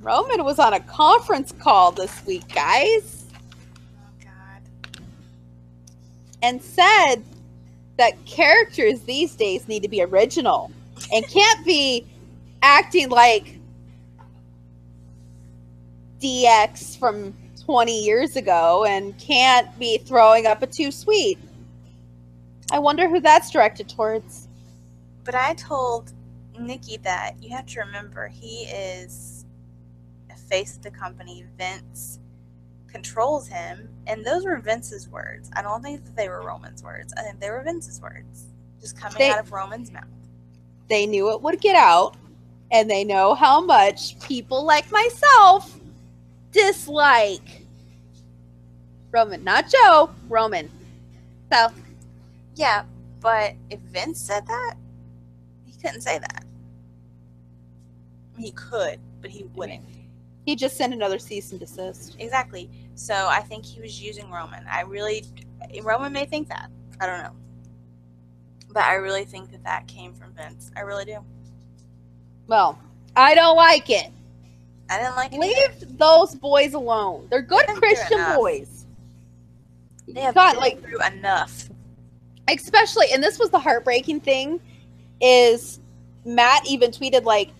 [SPEAKER 2] Roman was on a conference call this week, guys.
[SPEAKER 3] Oh God.
[SPEAKER 2] and said that characters these days need to be original and can't be acting like DX from 20 years ago and can't be throwing up a two sweet. I wonder who that's directed towards.
[SPEAKER 3] But I told Nikki that you have to remember he is a face of the company. Vince controls him, and those were Vince's words. I don't think that they were Roman's words. I think they were Vince's words, just coming
[SPEAKER 2] They-
[SPEAKER 3] out of Roman's mouth.
[SPEAKER 2] They knew it would get out, and they know how much people like myself dislike Roman, not Joe, Roman. So
[SPEAKER 3] Yeah, but if Vince said that, he couldn't say that. He could, but he wouldn't.
[SPEAKER 2] He just sent another cease and desist.
[SPEAKER 3] Exactly. So I think he was using Roman. I really, Roman may think that. I don't know. But I really think that that came from Vince. I really do.
[SPEAKER 2] Well, I don't like it.
[SPEAKER 3] I didn't like it. either.
[SPEAKER 2] Leave those boys alone. They're good
[SPEAKER 3] They've been through
[SPEAKER 2] Christian
[SPEAKER 3] enough.
[SPEAKER 2] boys.
[SPEAKER 3] They have
[SPEAKER 2] God,
[SPEAKER 3] been
[SPEAKER 2] like-
[SPEAKER 3] through enough.
[SPEAKER 2] especially and this was the heartbreaking thing is matt even tweeted like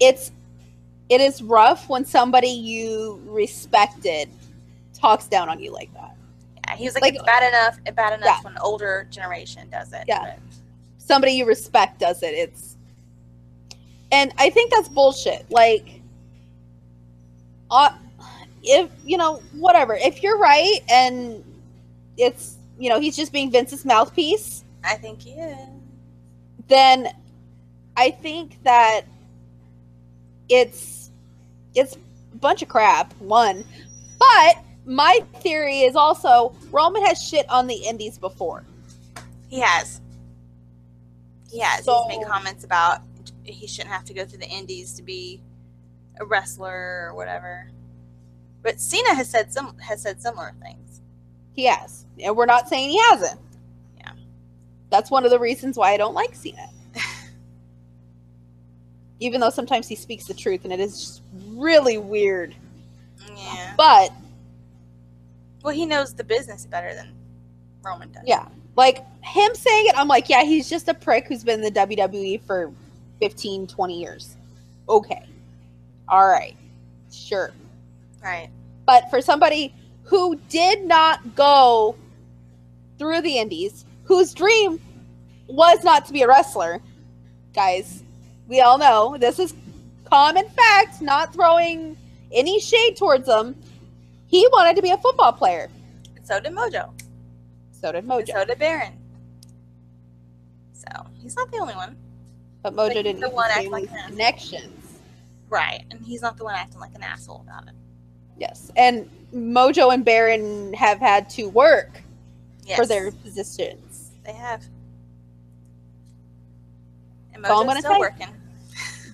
[SPEAKER 2] it's it is rough when somebody you respected talks down on you like that
[SPEAKER 3] Yeah, he was like,
[SPEAKER 2] Like-
[SPEAKER 3] it's bad enough. It's bad enough when the older generation does it.
[SPEAKER 2] Yeah. somebody you respect does it it's and i think that's bullshit like uh, if you know whatever if you're right and it's you know he's just being vince's mouthpiece
[SPEAKER 3] But I think he is.
[SPEAKER 2] then I think that it's it's a bunch of crap. One, but my theory is also Roman has shit on the Indies before.
[SPEAKER 3] He has. He has.
[SPEAKER 2] So-
[SPEAKER 3] He's made comments about he shouldn't have to go through the Indies to be a wrestler or whatever. But Cena has said some has said similar things.
[SPEAKER 2] He has, and we're not saying he hasn't.
[SPEAKER 3] Yeah.
[SPEAKER 2] that's one of the reasons why I don't like Cena. Even though sometimes he speaks the truth, and it is just really weird.
[SPEAKER 3] Yeah.
[SPEAKER 2] But
[SPEAKER 3] Well, he knows the business better than Roman does.
[SPEAKER 2] Yeah. Like him saying it, I'm like, yeah, he's just a prick who's been in the WWE for 15, 20 years. Okay. All right. Sure.
[SPEAKER 3] Right.
[SPEAKER 2] But for somebody who did not go through the indies, whose dream was not to be a wrestler, guys, we all know this is common fact, not throwing any shade towards him. He wanted to be a football player.
[SPEAKER 3] So did Mojo.
[SPEAKER 2] So did
[SPEAKER 3] And
[SPEAKER 2] Mojo.
[SPEAKER 3] so did Baron. So he's not the only one.
[SPEAKER 2] But Mojo
[SPEAKER 3] Like,
[SPEAKER 2] didn't
[SPEAKER 3] the
[SPEAKER 2] even
[SPEAKER 3] one
[SPEAKER 2] say
[SPEAKER 3] acting like
[SPEAKER 2] these
[SPEAKER 3] an asshole.
[SPEAKER 2] connections.
[SPEAKER 3] Right. And he's not the one acting like an asshole about it.
[SPEAKER 2] Yes, and Mojo and Baron have had to work
[SPEAKER 3] Yes.
[SPEAKER 2] for their positions.
[SPEAKER 3] They have. And
[SPEAKER 2] That's all I'm gonna
[SPEAKER 3] Mojo's still
[SPEAKER 2] say.
[SPEAKER 3] working.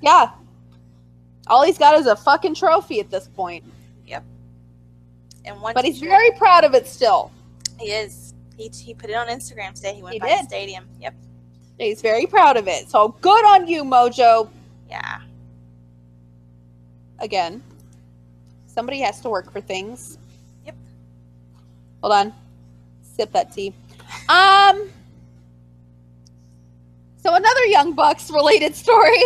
[SPEAKER 2] Yeah, all he's got is a fucking trophy at this point,
[SPEAKER 3] And one
[SPEAKER 2] but he's
[SPEAKER 3] teacher-
[SPEAKER 2] very proud of it still.
[SPEAKER 3] He is. He, he put it on Instagram today. He went
[SPEAKER 2] He
[SPEAKER 3] by the
[SPEAKER 2] did.
[SPEAKER 3] stadium. Yep.
[SPEAKER 2] He's very proud of it. So good on you, Mojo.
[SPEAKER 3] Yeah.
[SPEAKER 2] Again, somebody has to work for things.
[SPEAKER 3] Yep.
[SPEAKER 2] Hold on, sip that tea. Um. So another Young Bucks related story.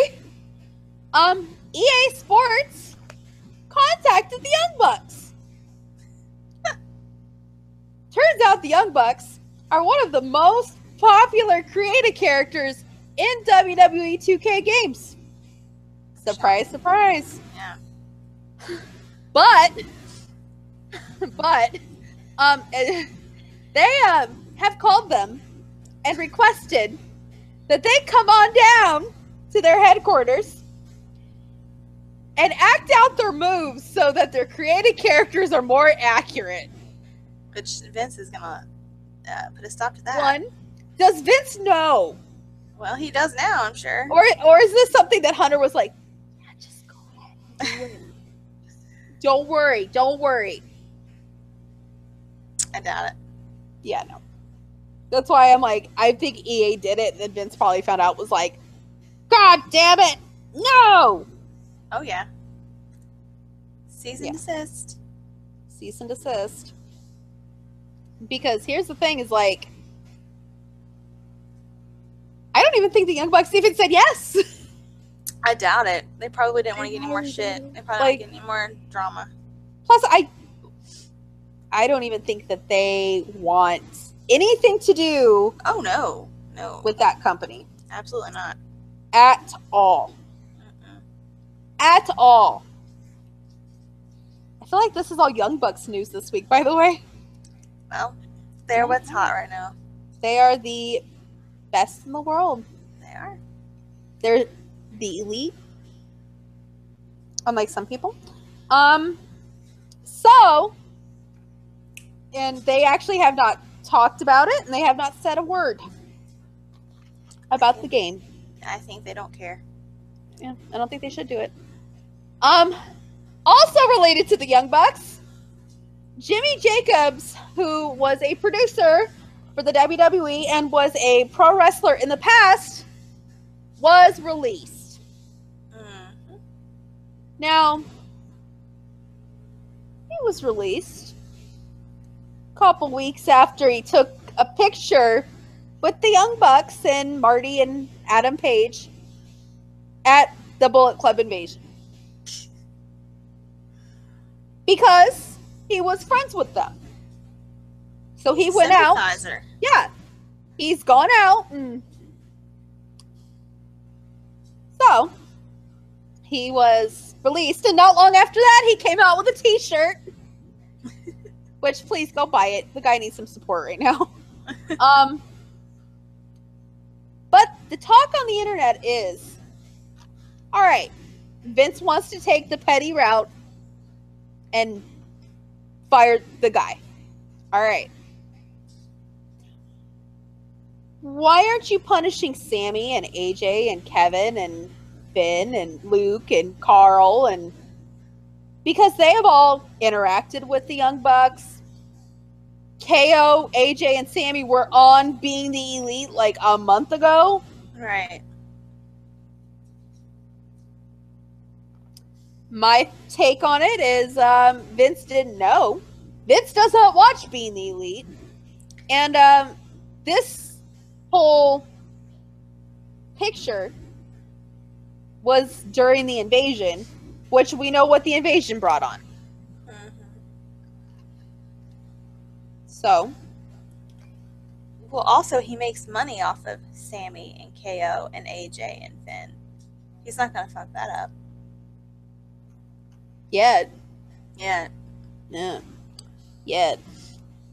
[SPEAKER 2] Um, EA Sports contacted the Young Bucks. Turns out the Young Bucks are one of the most popular creative characters in WWE 2K games. Surprise, surprise.
[SPEAKER 3] Yeah.
[SPEAKER 2] But, but, um, they um, have called them and requested that they come on down to their headquarters and act out their moves so that their created characters are more accurate.
[SPEAKER 3] Which Vince is gonna uh, put a stop to that.
[SPEAKER 2] One, does Vince know,
[SPEAKER 3] Well, he does now. I'm sure.
[SPEAKER 2] or or is this something that Hunter was like, yeah, just go ahead, and do it. don't worry, don't worry.
[SPEAKER 3] I doubt it.
[SPEAKER 2] Yeah, no. That's why I'm like, I think EA did it, and then Vince probably found out was like, God damn it, no.
[SPEAKER 3] Oh yeah. Season
[SPEAKER 2] Yeah.
[SPEAKER 3] desist.
[SPEAKER 2] cease and desist. Because here's the thing: is like, I don't even think the Young Bucks even said yes.
[SPEAKER 3] I doubt it. They probably didn't want
[SPEAKER 2] I
[SPEAKER 3] to get any more
[SPEAKER 2] know,
[SPEAKER 3] shit.
[SPEAKER 2] dude.
[SPEAKER 3] They probably
[SPEAKER 2] Like-
[SPEAKER 3] didn't want to get any more drama.
[SPEAKER 2] Plus, I, I don't even think that they want anything to do
[SPEAKER 3] Oh no, no,
[SPEAKER 2] with that company
[SPEAKER 3] absolutely not.
[SPEAKER 2] at all,
[SPEAKER 3] Mm-mm.
[SPEAKER 2] at all. I feel like this is all Young Bucks news this week. By the way,
[SPEAKER 3] Well, they're what's hot right now.
[SPEAKER 2] they are the best in the world.
[SPEAKER 3] They are.
[SPEAKER 2] they're the elite unlike some people um so and they actually have not talked about it and they have not said a word about the game
[SPEAKER 3] I think they don't care.
[SPEAKER 2] yeah i don't think they should do it um also related to the young bucks jimmy jacobs who was a producer for the E wwe and was a pro wrestler in the past was released
[SPEAKER 3] Mm.
[SPEAKER 2] Now, he was released a couple weeks after he took a picture with the Young Bucks and Marty and Adam Page at the Bullet Club invasion. Because he was friends with them. So he went out.
[SPEAKER 3] Sympathizer.
[SPEAKER 2] Yeah. He's gone out. And... So he was released, and not long after that, he came out with a t shirt. Which, please go buy it. The guy needs some support right now. um, but the talk on the internet is all right, Vince wants to take the petty route and fire the guy. All right. why aren't you punishing Sammy and AJ and Kevin and Finn and Luke and Carl and because they have all interacted with the Young Bucks. KO, AJ, and Sammy were on being the elite like a month ago.
[SPEAKER 3] Right.
[SPEAKER 2] My take on it is um, Vince didn't know. Vince does not watch Being the Elite. And um, this whole picture was during the invasion, which we know what the invasion brought on.
[SPEAKER 3] Mm-hmm.
[SPEAKER 2] So,
[SPEAKER 3] Well, also he makes money off of Sammy and KO and AJ and Finn. He's not gonna fuck that up.
[SPEAKER 2] yeah,
[SPEAKER 3] Yeah.
[SPEAKER 2] yeah, yeah.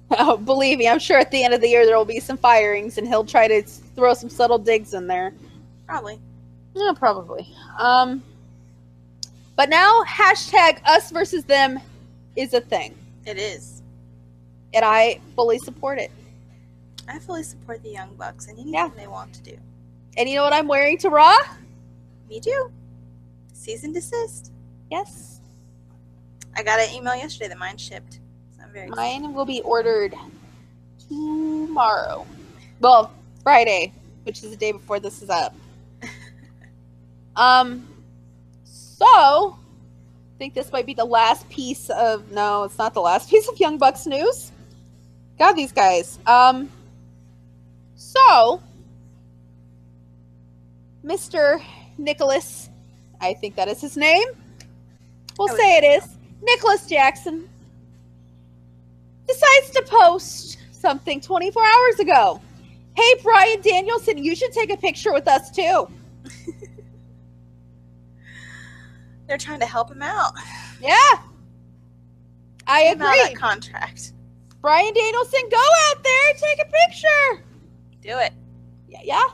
[SPEAKER 2] Oh, believe me, I'm sure at the end of the year there will be some firings, and he'll try to s- throw some subtle digs in there.
[SPEAKER 3] Probably.
[SPEAKER 2] Yeah, probably. Um, but now hashtag us versus them is a thing,
[SPEAKER 3] It is.
[SPEAKER 2] and I fully support it.
[SPEAKER 3] I fully support the Young Bucks and anything
[SPEAKER 2] Yeah.
[SPEAKER 3] they want to do.
[SPEAKER 2] And you know what I'm wearing to Raw?
[SPEAKER 3] Me too. Cease and desist.
[SPEAKER 2] Yes,
[SPEAKER 3] I got an email yesterday that mine shipped. So I'm very excited.
[SPEAKER 2] Mine will be ordered tomorrow. Well, Friday, which is the day before this is up. um, so I think this might be the last piece of no, it's not the last piece of Young Bucks news. God, these guys. Um, so Mr. Nicholas, I think that is his name. We'll
[SPEAKER 3] I would
[SPEAKER 2] say it
[SPEAKER 3] think
[SPEAKER 2] is Nicholas Jackson decides to post something 24 hours ago. Hey, Brian Danielson, you should take a picture with us too.
[SPEAKER 3] They're trying to help him out.
[SPEAKER 2] Yeah. I
[SPEAKER 3] Give him out
[SPEAKER 2] agree.
[SPEAKER 3] That contract.
[SPEAKER 2] Brian Danielson, go out there, take a picture.
[SPEAKER 3] Do it.
[SPEAKER 2] Yeah, yeah.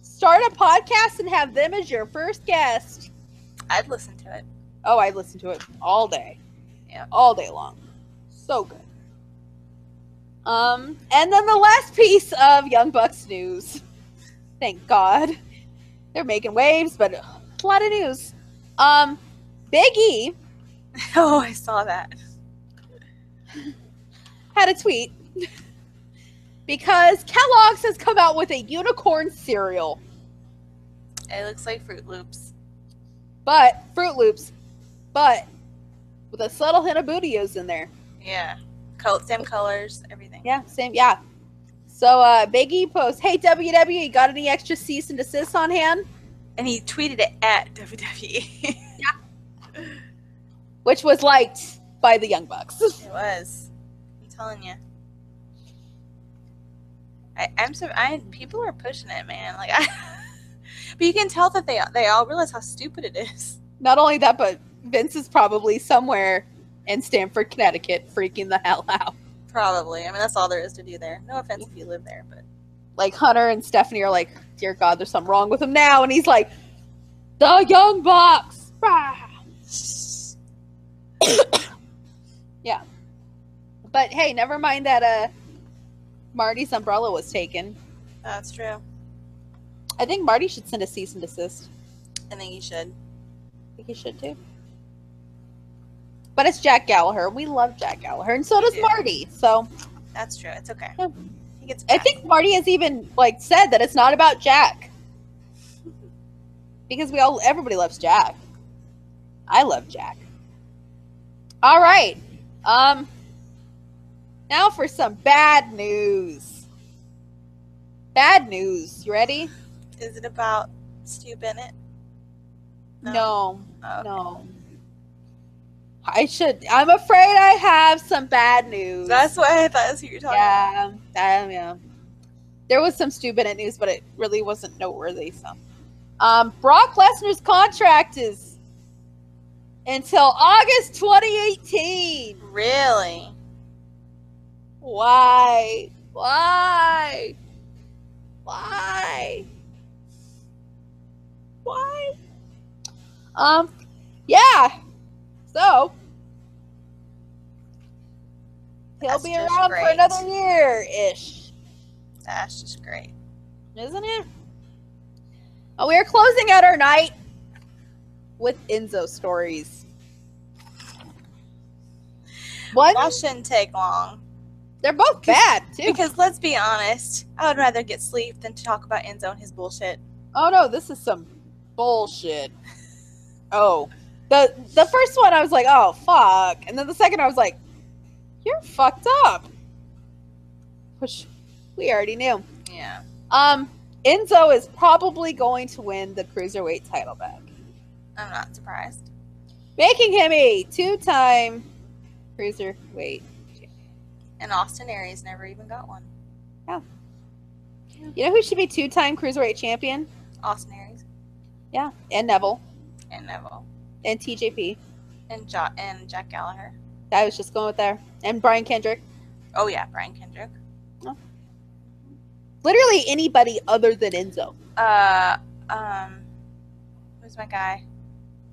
[SPEAKER 2] Start a podcast and have them as your first guest.
[SPEAKER 3] I'd listen to it.
[SPEAKER 2] Oh, I listen to it all day.
[SPEAKER 3] Yeah.
[SPEAKER 2] All day long. So good. Um, and then the last piece of Young Bucks news. Thank God. They're making waves, but ugh, a lot of news. Um, Big E
[SPEAKER 3] oh, I saw that.
[SPEAKER 2] had a tweet because Kellogg's has come out with a unicorn cereal,
[SPEAKER 3] It looks like Fruit Loops.
[SPEAKER 2] but Fruit Loops, but with a subtle hint of bootios in there.
[SPEAKER 3] Yeah. Col- same colors, everything.
[SPEAKER 2] Yeah, same. Yeah. So uh, Big E posts, "Hey WWE, got any extra cease and desist on hand?"
[SPEAKER 3] And he tweeted it at E. WWE. it
[SPEAKER 2] Which was liked by the Young Bucks.
[SPEAKER 3] was. I'm telling you. I, I'm so I people are pushing it, man. Like I, but you can tell that they they all realize how stupid it is.
[SPEAKER 2] Not only that, but Vince is probably somewhere in Stamford, Connecticut, freaking the hell out.
[SPEAKER 3] Probably. I mean, that's all there is to do there. No offense if you live there, but
[SPEAKER 2] Like Hunter and Stephanie are like, "Dear God, there's something wrong with him now," and he's like, "The Young Bucks." Rah." yeah. But hey, never mind that. Uh, Marty's umbrella was taken.
[SPEAKER 3] that's true.
[SPEAKER 2] I think Marty should send a cease and desist.
[SPEAKER 3] I think you should.
[SPEAKER 2] I think he should too. But it's Jack Gallagher. We love Jack Gallagher, and so does
[SPEAKER 3] do.
[SPEAKER 2] Marty. So
[SPEAKER 3] That's true. It's okay.
[SPEAKER 2] Yeah.
[SPEAKER 3] He gets.
[SPEAKER 2] I think Marty has even like said that it's not about Jack, because we all everybody loves Jack. I love Jack. All right. Um now for some bad news. Bad news. You ready?
[SPEAKER 3] Is it about Stu Bennett?
[SPEAKER 2] No.
[SPEAKER 3] No.
[SPEAKER 2] No.
[SPEAKER 3] Oh,
[SPEAKER 2] I should I'm afraid I have some bad news.
[SPEAKER 3] That's what I thought that's what you were talking
[SPEAKER 2] yeah, um, I- yeah. There was some stupid at news, but it really wasn't noteworthy. So, um, Brock Lesnar's contract is until August 2018.
[SPEAKER 3] about. Really?
[SPEAKER 2] Why? Why? Why? Why? Um, yeah. So he'll
[SPEAKER 3] That's
[SPEAKER 2] be
[SPEAKER 3] just
[SPEAKER 2] around for
[SPEAKER 3] great.
[SPEAKER 2] another year ish,
[SPEAKER 3] That's just great.
[SPEAKER 2] isn't it? Oh, we are closing out our night with Enzo stories. What?
[SPEAKER 3] That shouldn't take long.
[SPEAKER 2] They're both bad too.
[SPEAKER 3] Because let's be honest, I would rather get sleep than to talk about Enzo and his bullshit.
[SPEAKER 2] Oh no, this is some bullshit. Oh. The the first one I was like, oh fuck. And then the second I was like, you're fucked up. Which we already knew.
[SPEAKER 3] Yeah.
[SPEAKER 2] Um, Enzo is probably going to win the cruiserweight title back.
[SPEAKER 3] I'm not surprised.
[SPEAKER 2] Making him a two time cruiserweight.
[SPEAKER 3] And Austin Aries never even got one.
[SPEAKER 2] You know who should be two time cruiserweight champion?
[SPEAKER 3] Austin Aries
[SPEAKER 2] Yeah. And Neville.
[SPEAKER 3] and Neville
[SPEAKER 2] And TJP.
[SPEAKER 3] and jo- and Jack Gallagher.
[SPEAKER 2] I was just going with there. And Brian Kendrick.
[SPEAKER 3] Oh yeah, Brian Kendrick.
[SPEAKER 2] Literally anybody other than Enzo.
[SPEAKER 3] Uh, um, who's my guy?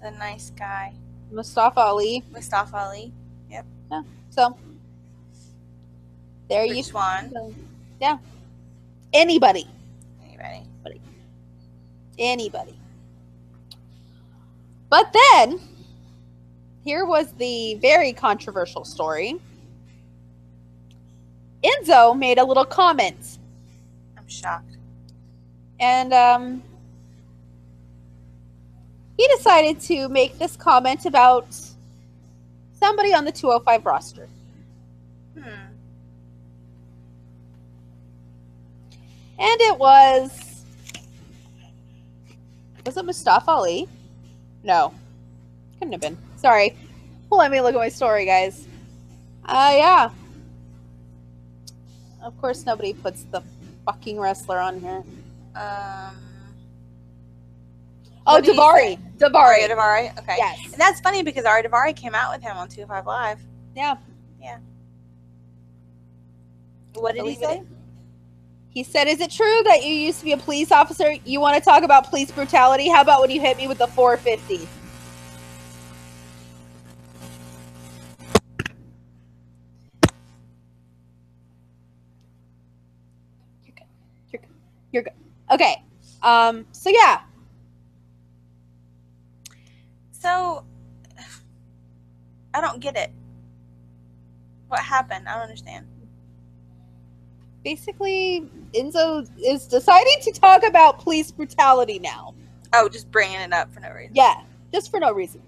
[SPEAKER 3] The nice guy,
[SPEAKER 2] Mustafa Ali.
[SPEAKER 3] Mustafa Ali.
[SPEAKER 2] So there you
[SPEAKER 3] Rich Swan.
[SPEAKER 2] go. Yeah. Anybody.
[SPEAKER 3] Anybody?
[SPEAKER 2] Anybody. But then here was the very controversial story. Enzo made a little comment
[SPEAKER 3] I'm shocked.
[SPEAKER 2] and um he decided to make this comment about somebody on the 205 roster.
[SPEAKER 3] Hmm.
[SPEAKER 2] And it was was it Mustafa Ali? No, couldn't have been. Sorry. Let me look at my story, guys. Uh yeah. Of course, nobody puts the fucking wrestler on here.
[SPEAKER 3] Um.
[SPEAKER 2] Oh,
[SPEAKER 3] What did he
[SPEAKER 2] Davari. Oh, Davari.
[SPEAKER 3] Aria Davari. Okay.
[SPEAKER 2] Yes.
[SPEAKER 3] And that's funny because Aria Davari came out with him on 205 Live.
[SPEAKER 2] Yeah.
[SPEAKER 3] What did he
[SPEAKER 2] Believe it.
[SPEAKER 3] say?
[SPEAKER 2] He said, "Is it true that you used to be a police officer? You want to talk about police brutality? How about when you hit me with the 450?" You're good. You're good. You're good. Okay. Um. So yeah.
[SPEAKER 3] So, I don't get it. What happened? I don't understand.
[SPEAKER 2] Basically, Enzo is deciding to talk about police brutality now.
[SPEAKER 3] Oh, just bringing it up for no reason.
[SPEAKER 2] Yeah, just for no reason.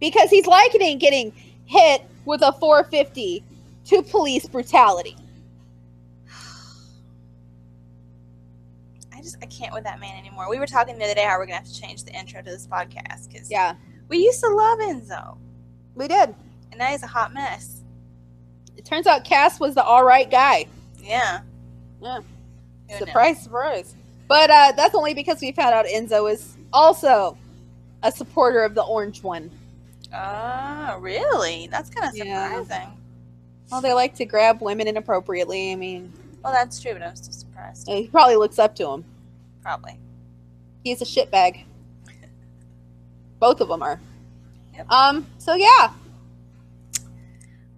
[SPEAKER 2] Because he's likening getting hit with a 450 to police brutality.
[SPEAKER 3] I just I can't with that man anymore. We were talking the other day how we're gonna have to change the intro to this podcast because
[SPEAKER 2] Yeah,
[SPEAKER 3] we used to love Enzo,
[SPEAKER 2] we did.
[SPEAKER 3] and now he's a hot mess.
[SPEAKER 2] It turns out Cass was the all right guy.
[SPEAKER 3] Yeah.
[SPEAKER 2] Yeah.
[SPEAKER 3] Who knew?
[SPEAKER 2] surprise, surprise. But uh, that's only because we found out Enzo is also a supporter of the orange one.
[SPEAKER 3] Oh, really? That's kind of
[SPEAKER 2] Yeah.
[SPEAKER 3] surprising.
[SPEAKER 2] Well, they like to grab women inappropriately. I mean,
[SPEAKER 3] Well, that's true, but I'm still surprised.
[SPEAKER 2] he probably looks up to him.
[SPEAKER 3] Probably.
[SPEAKER 2] He's a shitbag. Both of them are.
[SPEAKER 3] Yep.
[SPEAKER 2] Um. So yeah,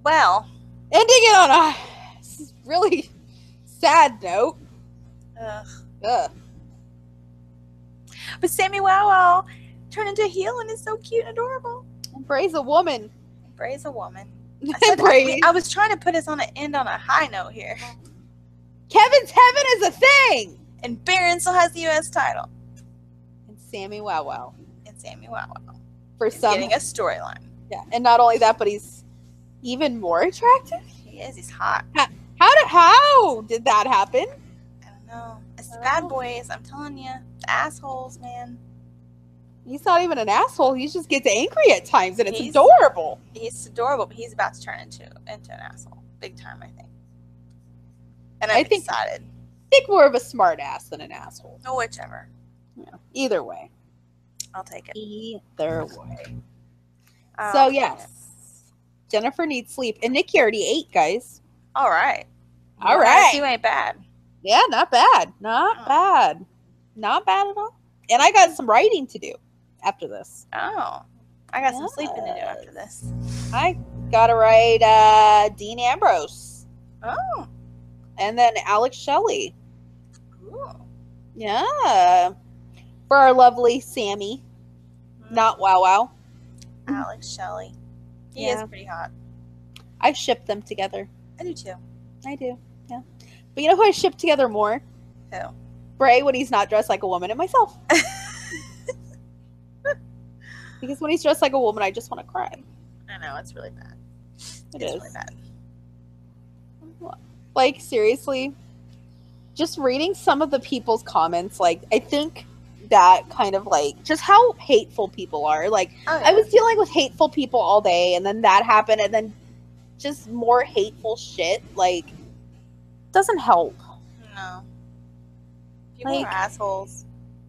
[SPEAKER 3] Well,
[SPEAKER 2] ending it on a this is really sad note.
[SPEAKER 3] ugh.
[SPEAKER 2] Ugh.
[SPEAKER 3] but Sammy Wow Wow turned into a heel and is so cute and adorable.
[SPEAKER 2] Embrace a woman.
[SPEAKER 3] Brave's a woman. I, said that
[SPEAKER 2] Embrace.
[SPEAKER 3] we- I was trying to put us on an end on a high note here,
[SPEAKER 2] Kevin's heaven is a thing.
[SPEAKER 3] and Baron still has the U.S. title,
[SPEAKER 2] And Sammy Wow Wow.
[SPEAKER 3] and Sammy Wow Wow.
[SPEAKER 2] for
[SPEAKER 3] He's
[SPEAKER 2] some.
[SPEAKER 3] getting a storyline.
[SPEAKER 2] Yeah, and not only that, but he's even more attractive.
[SPEAKER 3] He is. He's hot.
[SPEAKER 2] How did how did that happen?
[SPEAKER 3] I don't know. It's the
[SPEAKER 2] I
[SPEAKER 3] bad
[SPEAKER 2] don't know.
[SPEAKER 3] boys. I'm telling you, the assholes, man.
[SPEAKER 2] He's not even an asshole. He just gets angry at times, and it's
[SPEAKER 3] He's-
[SPEAKER 2] adorable.
[SPEAKER 3] He's adorable, but he's about to turn into into an asshole, big time, I think. And
[SPEAKER 2] I
[SPEAKER 3] I'm
[SPEAKER 2] think-
[SPEAKER 3] excited.
[SPEAKER 2] I think more of a smart ass than an asshole.
[SPEAKER 3] Oh, whichever.
[SPEAKER 2] Yeah. Either way.
[SPEAKER 3] I'll take it. Um,
[SPEAKER 2] Either way.
[SPEAKER 3] I'll
[SPEAKER 2] so
[SPEAKER 3] take
[SPEAKER 2] yes,
[SPEAKER 3] it.
[SPEAKER 2] Jennifer needs sleep, and Nikki already ate, guys.
[SPEAKER 3] All right.
[SPEAKER 2] All
[SPEAKER 3] Well,
[SPEAKER 2] right.
[SPEAKER 3] You ain't bad.
[SPEAKER 2] Yeah, not bad. Not
[SPEAKER 3] Oh.
[SPEAKER 2] bad. Not bad at all. And I got some writing to do after this.
[SPEAKER 3] Oh, I got some sleeping to do after this.
[SPEAKER 2] I gotta write uh, Dean Ambrose
[SPEAKER 3] Oh,
[SPEAKER 2] and then Alex Shelley.
[SPEAKER 3] cool.
[SPEAKER 2] Yeah. For our lovely Sammy. Not Wow Wow.
[SPEAKER 3] Alex Shelley. He
[SPEAKER 2] Mm-hmm. Yeah.
[SPEAKER 3] is pretty hot.
[SPEAKER 2] I ship them together.
[SPEAKER 3] I do too.
[SPEAKER 2] I do. Yeah. But you know who I ship together more?
[SPEAKER 3] Who?
[SPEAKER 2] Bray when he's not dressed like a woman and myself. because when he's dressed like a woman, I just want to cry.
[SPEAKER 3] I know it's really bad.
[SPEAKER 2] It
[SPEAKER 3] it's
[SPEAKER 2] is.
[SPEAKER 3] really bad.
[SPEAKER 2] like seriously just reading some of the people's comments like i think that kind of like just how hateful people are like
[SPEAKER 3] Oh,
[SPEAKER 2] i was dealing with hateful people all day and then that happened and then just more hateful shit like doesn't help
[SPEAKER 3] no. People
[SPEAKER 2] Like-
[SPEAKER 3] are assholes.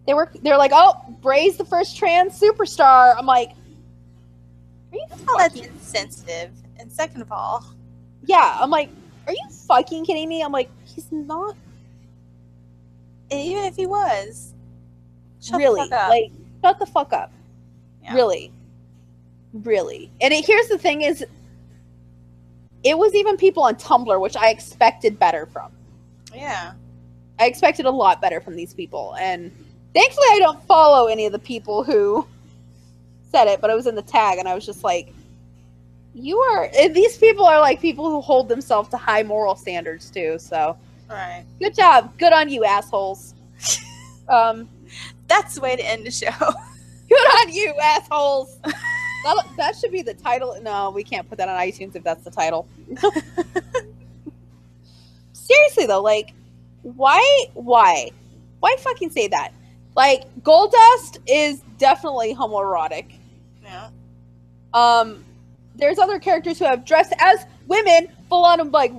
[SPEAKER 2] they were they're like oh bray's the first trans superstar i'm like are you
[SPEAKER 3] Oh, that's
[SPEAKER 2] fucking-
[SPEAKER 3] insensitive. And second of all,
[SPEAKER 2] yeah i'm like are you fucking kidding me i'm like he's not
[SPEAKER 3] and even if he was, shut
[SPEAKER 2] really
[SPEAKER 3] the fuck up.
[SPEAKER 2] like shut the fuck up
[SPEAKER 3] Yeah.
[SPEAKER 2] really really and it, here's the thing is it was even people on tumblr which i expected better from
[SPEAKER 3] yeah.
[SPEAKER 2] i expected a lot better from these people and thankfully i don't follow any of the people who said it but i was in the tag and i was just like you are and these people are like people who hold themselves to high moral standards too so
[SPEAKER 3] Right.
[SPEAKER 2] good job good on you assholes um
[SPEAKER 3] That's the way to end the show.
[SPEAKER 2] Good on you, assholes. that, that should be the title. No, we can't put that on iTunes if that's the title. Seriously though, like, why, why, why fucking say that? Like, Goldust is definitely homoerotic.
[SPEAKER 3] no.
[SPEAKER 2] Um, there's other characters who have dressed as women, full on like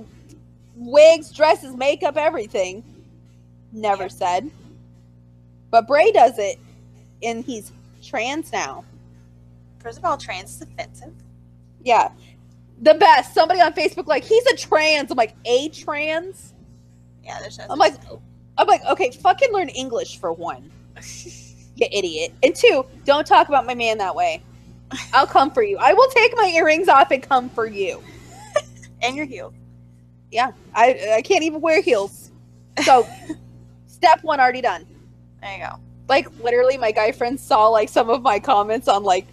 [SPEAKER 2] wigs, dresses, makeup, everything. Never
[SPEAKER 3] Yeah.
[SPEAKER 2] said. But Bray does it, and he's trans now.
[SPEAKER 3] First of all, trans is offensive.
[SPEAKER 2] Yeah, the best. Somebody on Facebook like he's a trans. I'm like a trans.
[SPEAKER 3] Yeah, there's no.
[SPEAKER 2] I'm
[SPEAKER 3] such
[SPEAKER 2] like, I'm like, okay, fucking learn English for one, you idiot. And two, don't talk about my man that way. I'll come for you. I will take my earrings off and come for you.
[SPEAKER 3] and your heels.
[SPEAKER 2] I I can't even wear heels. So step one already done.
[SPEAKER 3] There you go.
[SPEAKER 2] Like literally my guy friend saw like some of my comments on like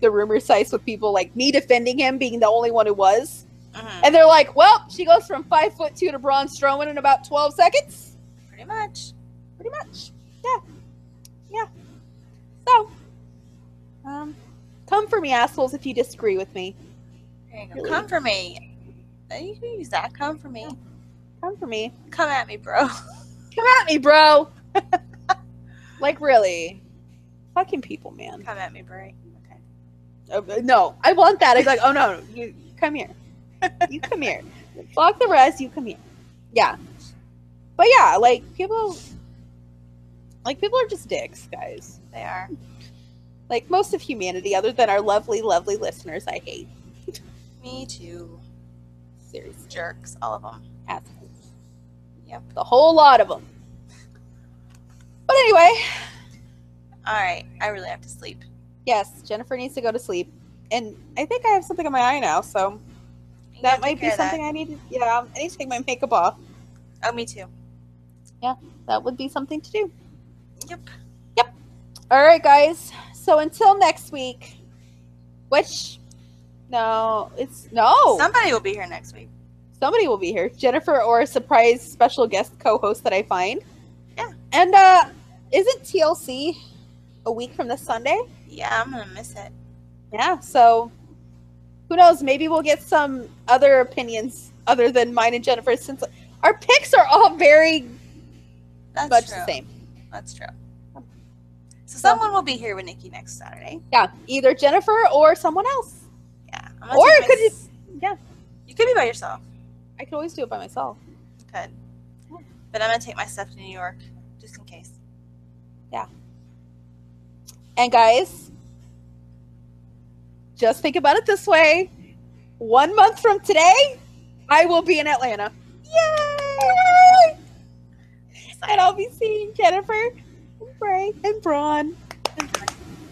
[SPEAKER 2] the rumor sites with people like me defending him being the only one who was.
[SPEAKER 3] Mhm.
[SPEAKER 2] And they're like, Well, she goes from five foot two to Braun Strowman in about twelve seconds.
[SPEAKER 3] Pretty much.
[SPEAKER 2] Pretty much. Yeah. Yeah. So um come for me assholes if you disagree with me.
[SPEAKER 3] There you go.
[SPEAKER 2] Really?
[SPEAKER 3] Come for me. You can use that. Come for me.
[SPEAKER 2] Come for me.
[SPEAKER 3] Come at me, bro.
[SPEAKER 2] Come at me, bro. like really. Fucking people, man.
[SPEAKER 3] Come at me, Bray. Okay.
[SPEAKER 2] Uh, no, I want that. I'd be like, oh no, you come here. You come here. Block the rest, you come here. Yeah. But yeah, like people like people are just dicks, guys.
[SPEAKER 3] They are.
[SPEAKER 2] Like most of humanity, other than our lovely, lovely listeners I hate.
[SPEAKER 3] Me too.
[SPEAKER 2] Seriously.
[SPEAKER 3] Jerks, all of them.
[SPEAKER 2] Assholes.
[SPEAKER 3] Yep.
[SPEAKER 2] The whole lot of them. But anyway,
[SPEAKER 3] All right. I really have to sleep.
[SPEAKER 2] yes, Jennifer needs to go to sleep. And I think I have something in my eye now, so
[SPEAKER 3] You gotta
[SPEAKER 2] that
[SPEAKER 3] take
[SPEAKER 2] might be
[SPEAKER 3] care of that.
[SPEAKER 2] something I need to yeah, I need to take my makeup off.
[SPEAKER 3] Oh, me too.
[SPEAKER 2] That would be something to do.
[SPEAKER 3] Yep.
[SPEAKER 2] All right, guys. So until next week, which no, it's no.
[SPEAKER 3] Somebody will be here next week.
[SPEAKER 2] Somebody will be here, Jennifer or a surprise special guest co-host that I find.
[SPEAKER 3] Yeah.
[SPEAKER 2] And uh, is it TLC a week from this Sunday?
[SPEAKER 3] Yeah, I'm gonna miss it.
[SPEAKER 2] Yeah, so who knows? Maybe we'll get some other opinions other than mine and Jennifer's since our picks are all very
[SPEAKER 3] That's
[SPEAKER 2] much
[SPEAKER 3] true.
[SPEAKER 2] the same. Oh.
[SPEAKER 3] That's true. So someone will be here with Nikki next Saturday.
[SPEAKER 2] Yeah, either Jennifer or someone else.
[SPEAKER 3] Yeah. I'm
[SPEAKER 2] Or
[SPEAKER 3] take
[SPEAKER 2] it
[SPEAKER 3] my
[SPEAKER 2] could
[SPEAKER 3] s-
[SPEAKER 2] yeah.
[SPEAKER 3] You could be by yourself.
[SPEAKER 2] I could always do it by myself.
[SPEAKER 3] You could. But I'm gonna take my stuff to New York just in case.
[SPEAKER 2] And guys, just think about it this way. One month from today, I will be in Atlanta. Yay! And I'll be seeing Jennifer and Bray and Braun.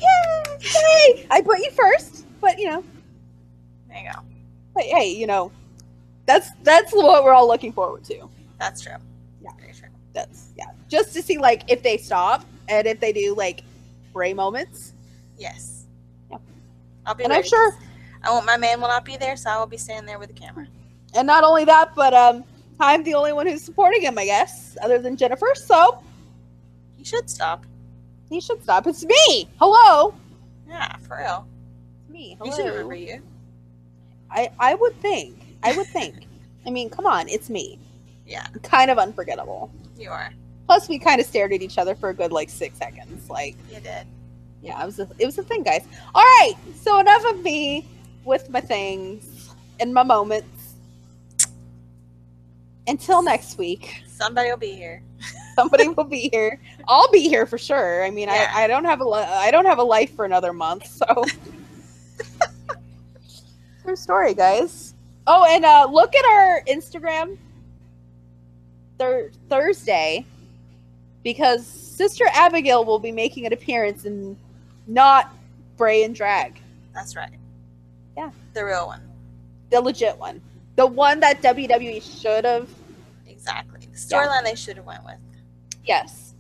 [SPEAKER 2] Yay! Hey! I put you first, but you know,
[SPEAKER 3] There you go.
[SPEAKER 2] but hey, you know, that's that's what we're all looking forward to.
[SPEAKER 3] That's true.
[SPEAKER 2] Yeah.
[SPEAKER 3] Very true.
[SPEAKER 2] That's yeah. Just to see like if they stop and if they do like Bray moments.
[SPEAKER 3] Yes.
[SPEAKER 2] Yeah.
[SPEAKER 3] I'll be
[SPEAKER 2] And I'm
[SPEAKER 3] ready.
[SPEAKER 2] sure
[SPEAKER 3] I won't my man will not be there, so I will be standing there with the camera.
[SPEAKER 2] And not only that, but um, I'm the only one who's supporting him, I guess, other than Jennifer. So
[SPEAKER 3] You should stop.
[SPEAKER 2] he should stop. It's me. Hello.
[SPEAKER 3] Yeah, for real.
[SPEAKER 2] It's me.
[SPEAKER 3] You should remember you.
[SPEAKER 2] I I would think. I would think. I mean, come on, it's me.
[SPEAKER 3] Yeah.
[SPEAKER 2] Kind of unforgettable.
[SPEAKER 3] You are.
[SPEAKER 2] Plus, we kind of stared at each other for a good like six seconds. Like,
[SPEAKER 3] You did.
[SPEAKER 2] yeah, it was a, it was a thing, guys. All right. So enough of me with my things and my moments. Until next week.
[SPEAKER 3] Somebody will be here.
[SPEAKER 2] somebody will be here. I'll be here for sure. I mean,
[SPEAKER 3] Yeah.
[SPEAKER 2] I, I don't have a li- I don't have a life for another month, so. True story, guys. Oh, and uh, look at our Instagram thir- Thursday because Sister Abigail will be making an appearance and not Bray and Drag,
[SPEAKER 3] That's right.
[SPEAKER 2] Yeah.
[SPEAKER 3] The real one.
[SPEAKER 2] the legit one, the one that WWE should have.
[SPEAKER 3] Exactly. The storyline they should have went with.
[SPEAKER 2] Yes.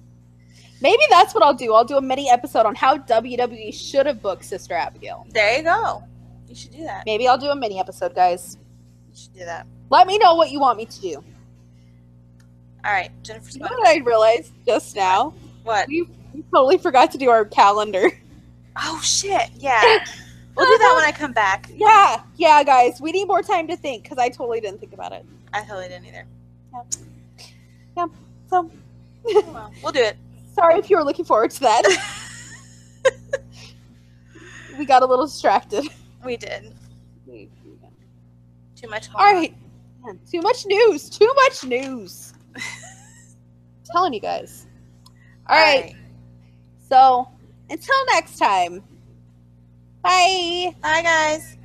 [SPEAKER 2] Maybe that's what I'll do. I'll do a mini episode on how WWE should have booked Sister Abigail.
[SPEAKER 3] There you go. You should do that.
[SPEAKER 2] Maybe I'll do a mini episode, guys.
[SPEAKER 3] You should do that.
[SPEAKER 2] Let me know what you want me to do.
[SPEAKER 3] All right, Jennifer's
[SPEAKER 2] You know
[SPEAKER 3] going.
[SPEAKER 2] what I realized just now?
[SPEAKER 3] What?
[SPEAKER 2] We, we totally forgot to do our calendar.
[SPEAKER 3] Oh shit! Yeah, we'll do that when I come back.
[SPEAKER 2] Yeah, yeah, guys. We need more time to think because I totally didn't think about it.
[SPEAKER 3] I totally didn't either.
[SPEAKER 2] So
[SPEAKER 3] Oh, well. We'll do it.
[SPEAKER 2] sorry if you were looking forward to that. we got a little distracted.
[SPEAKER 3] We did too much.
[SPEAKER 2] All right. Man, too much news. Too much news. telling you guys. All right. So until next time. Bye.
[SPEAKER 3] Bye, guys.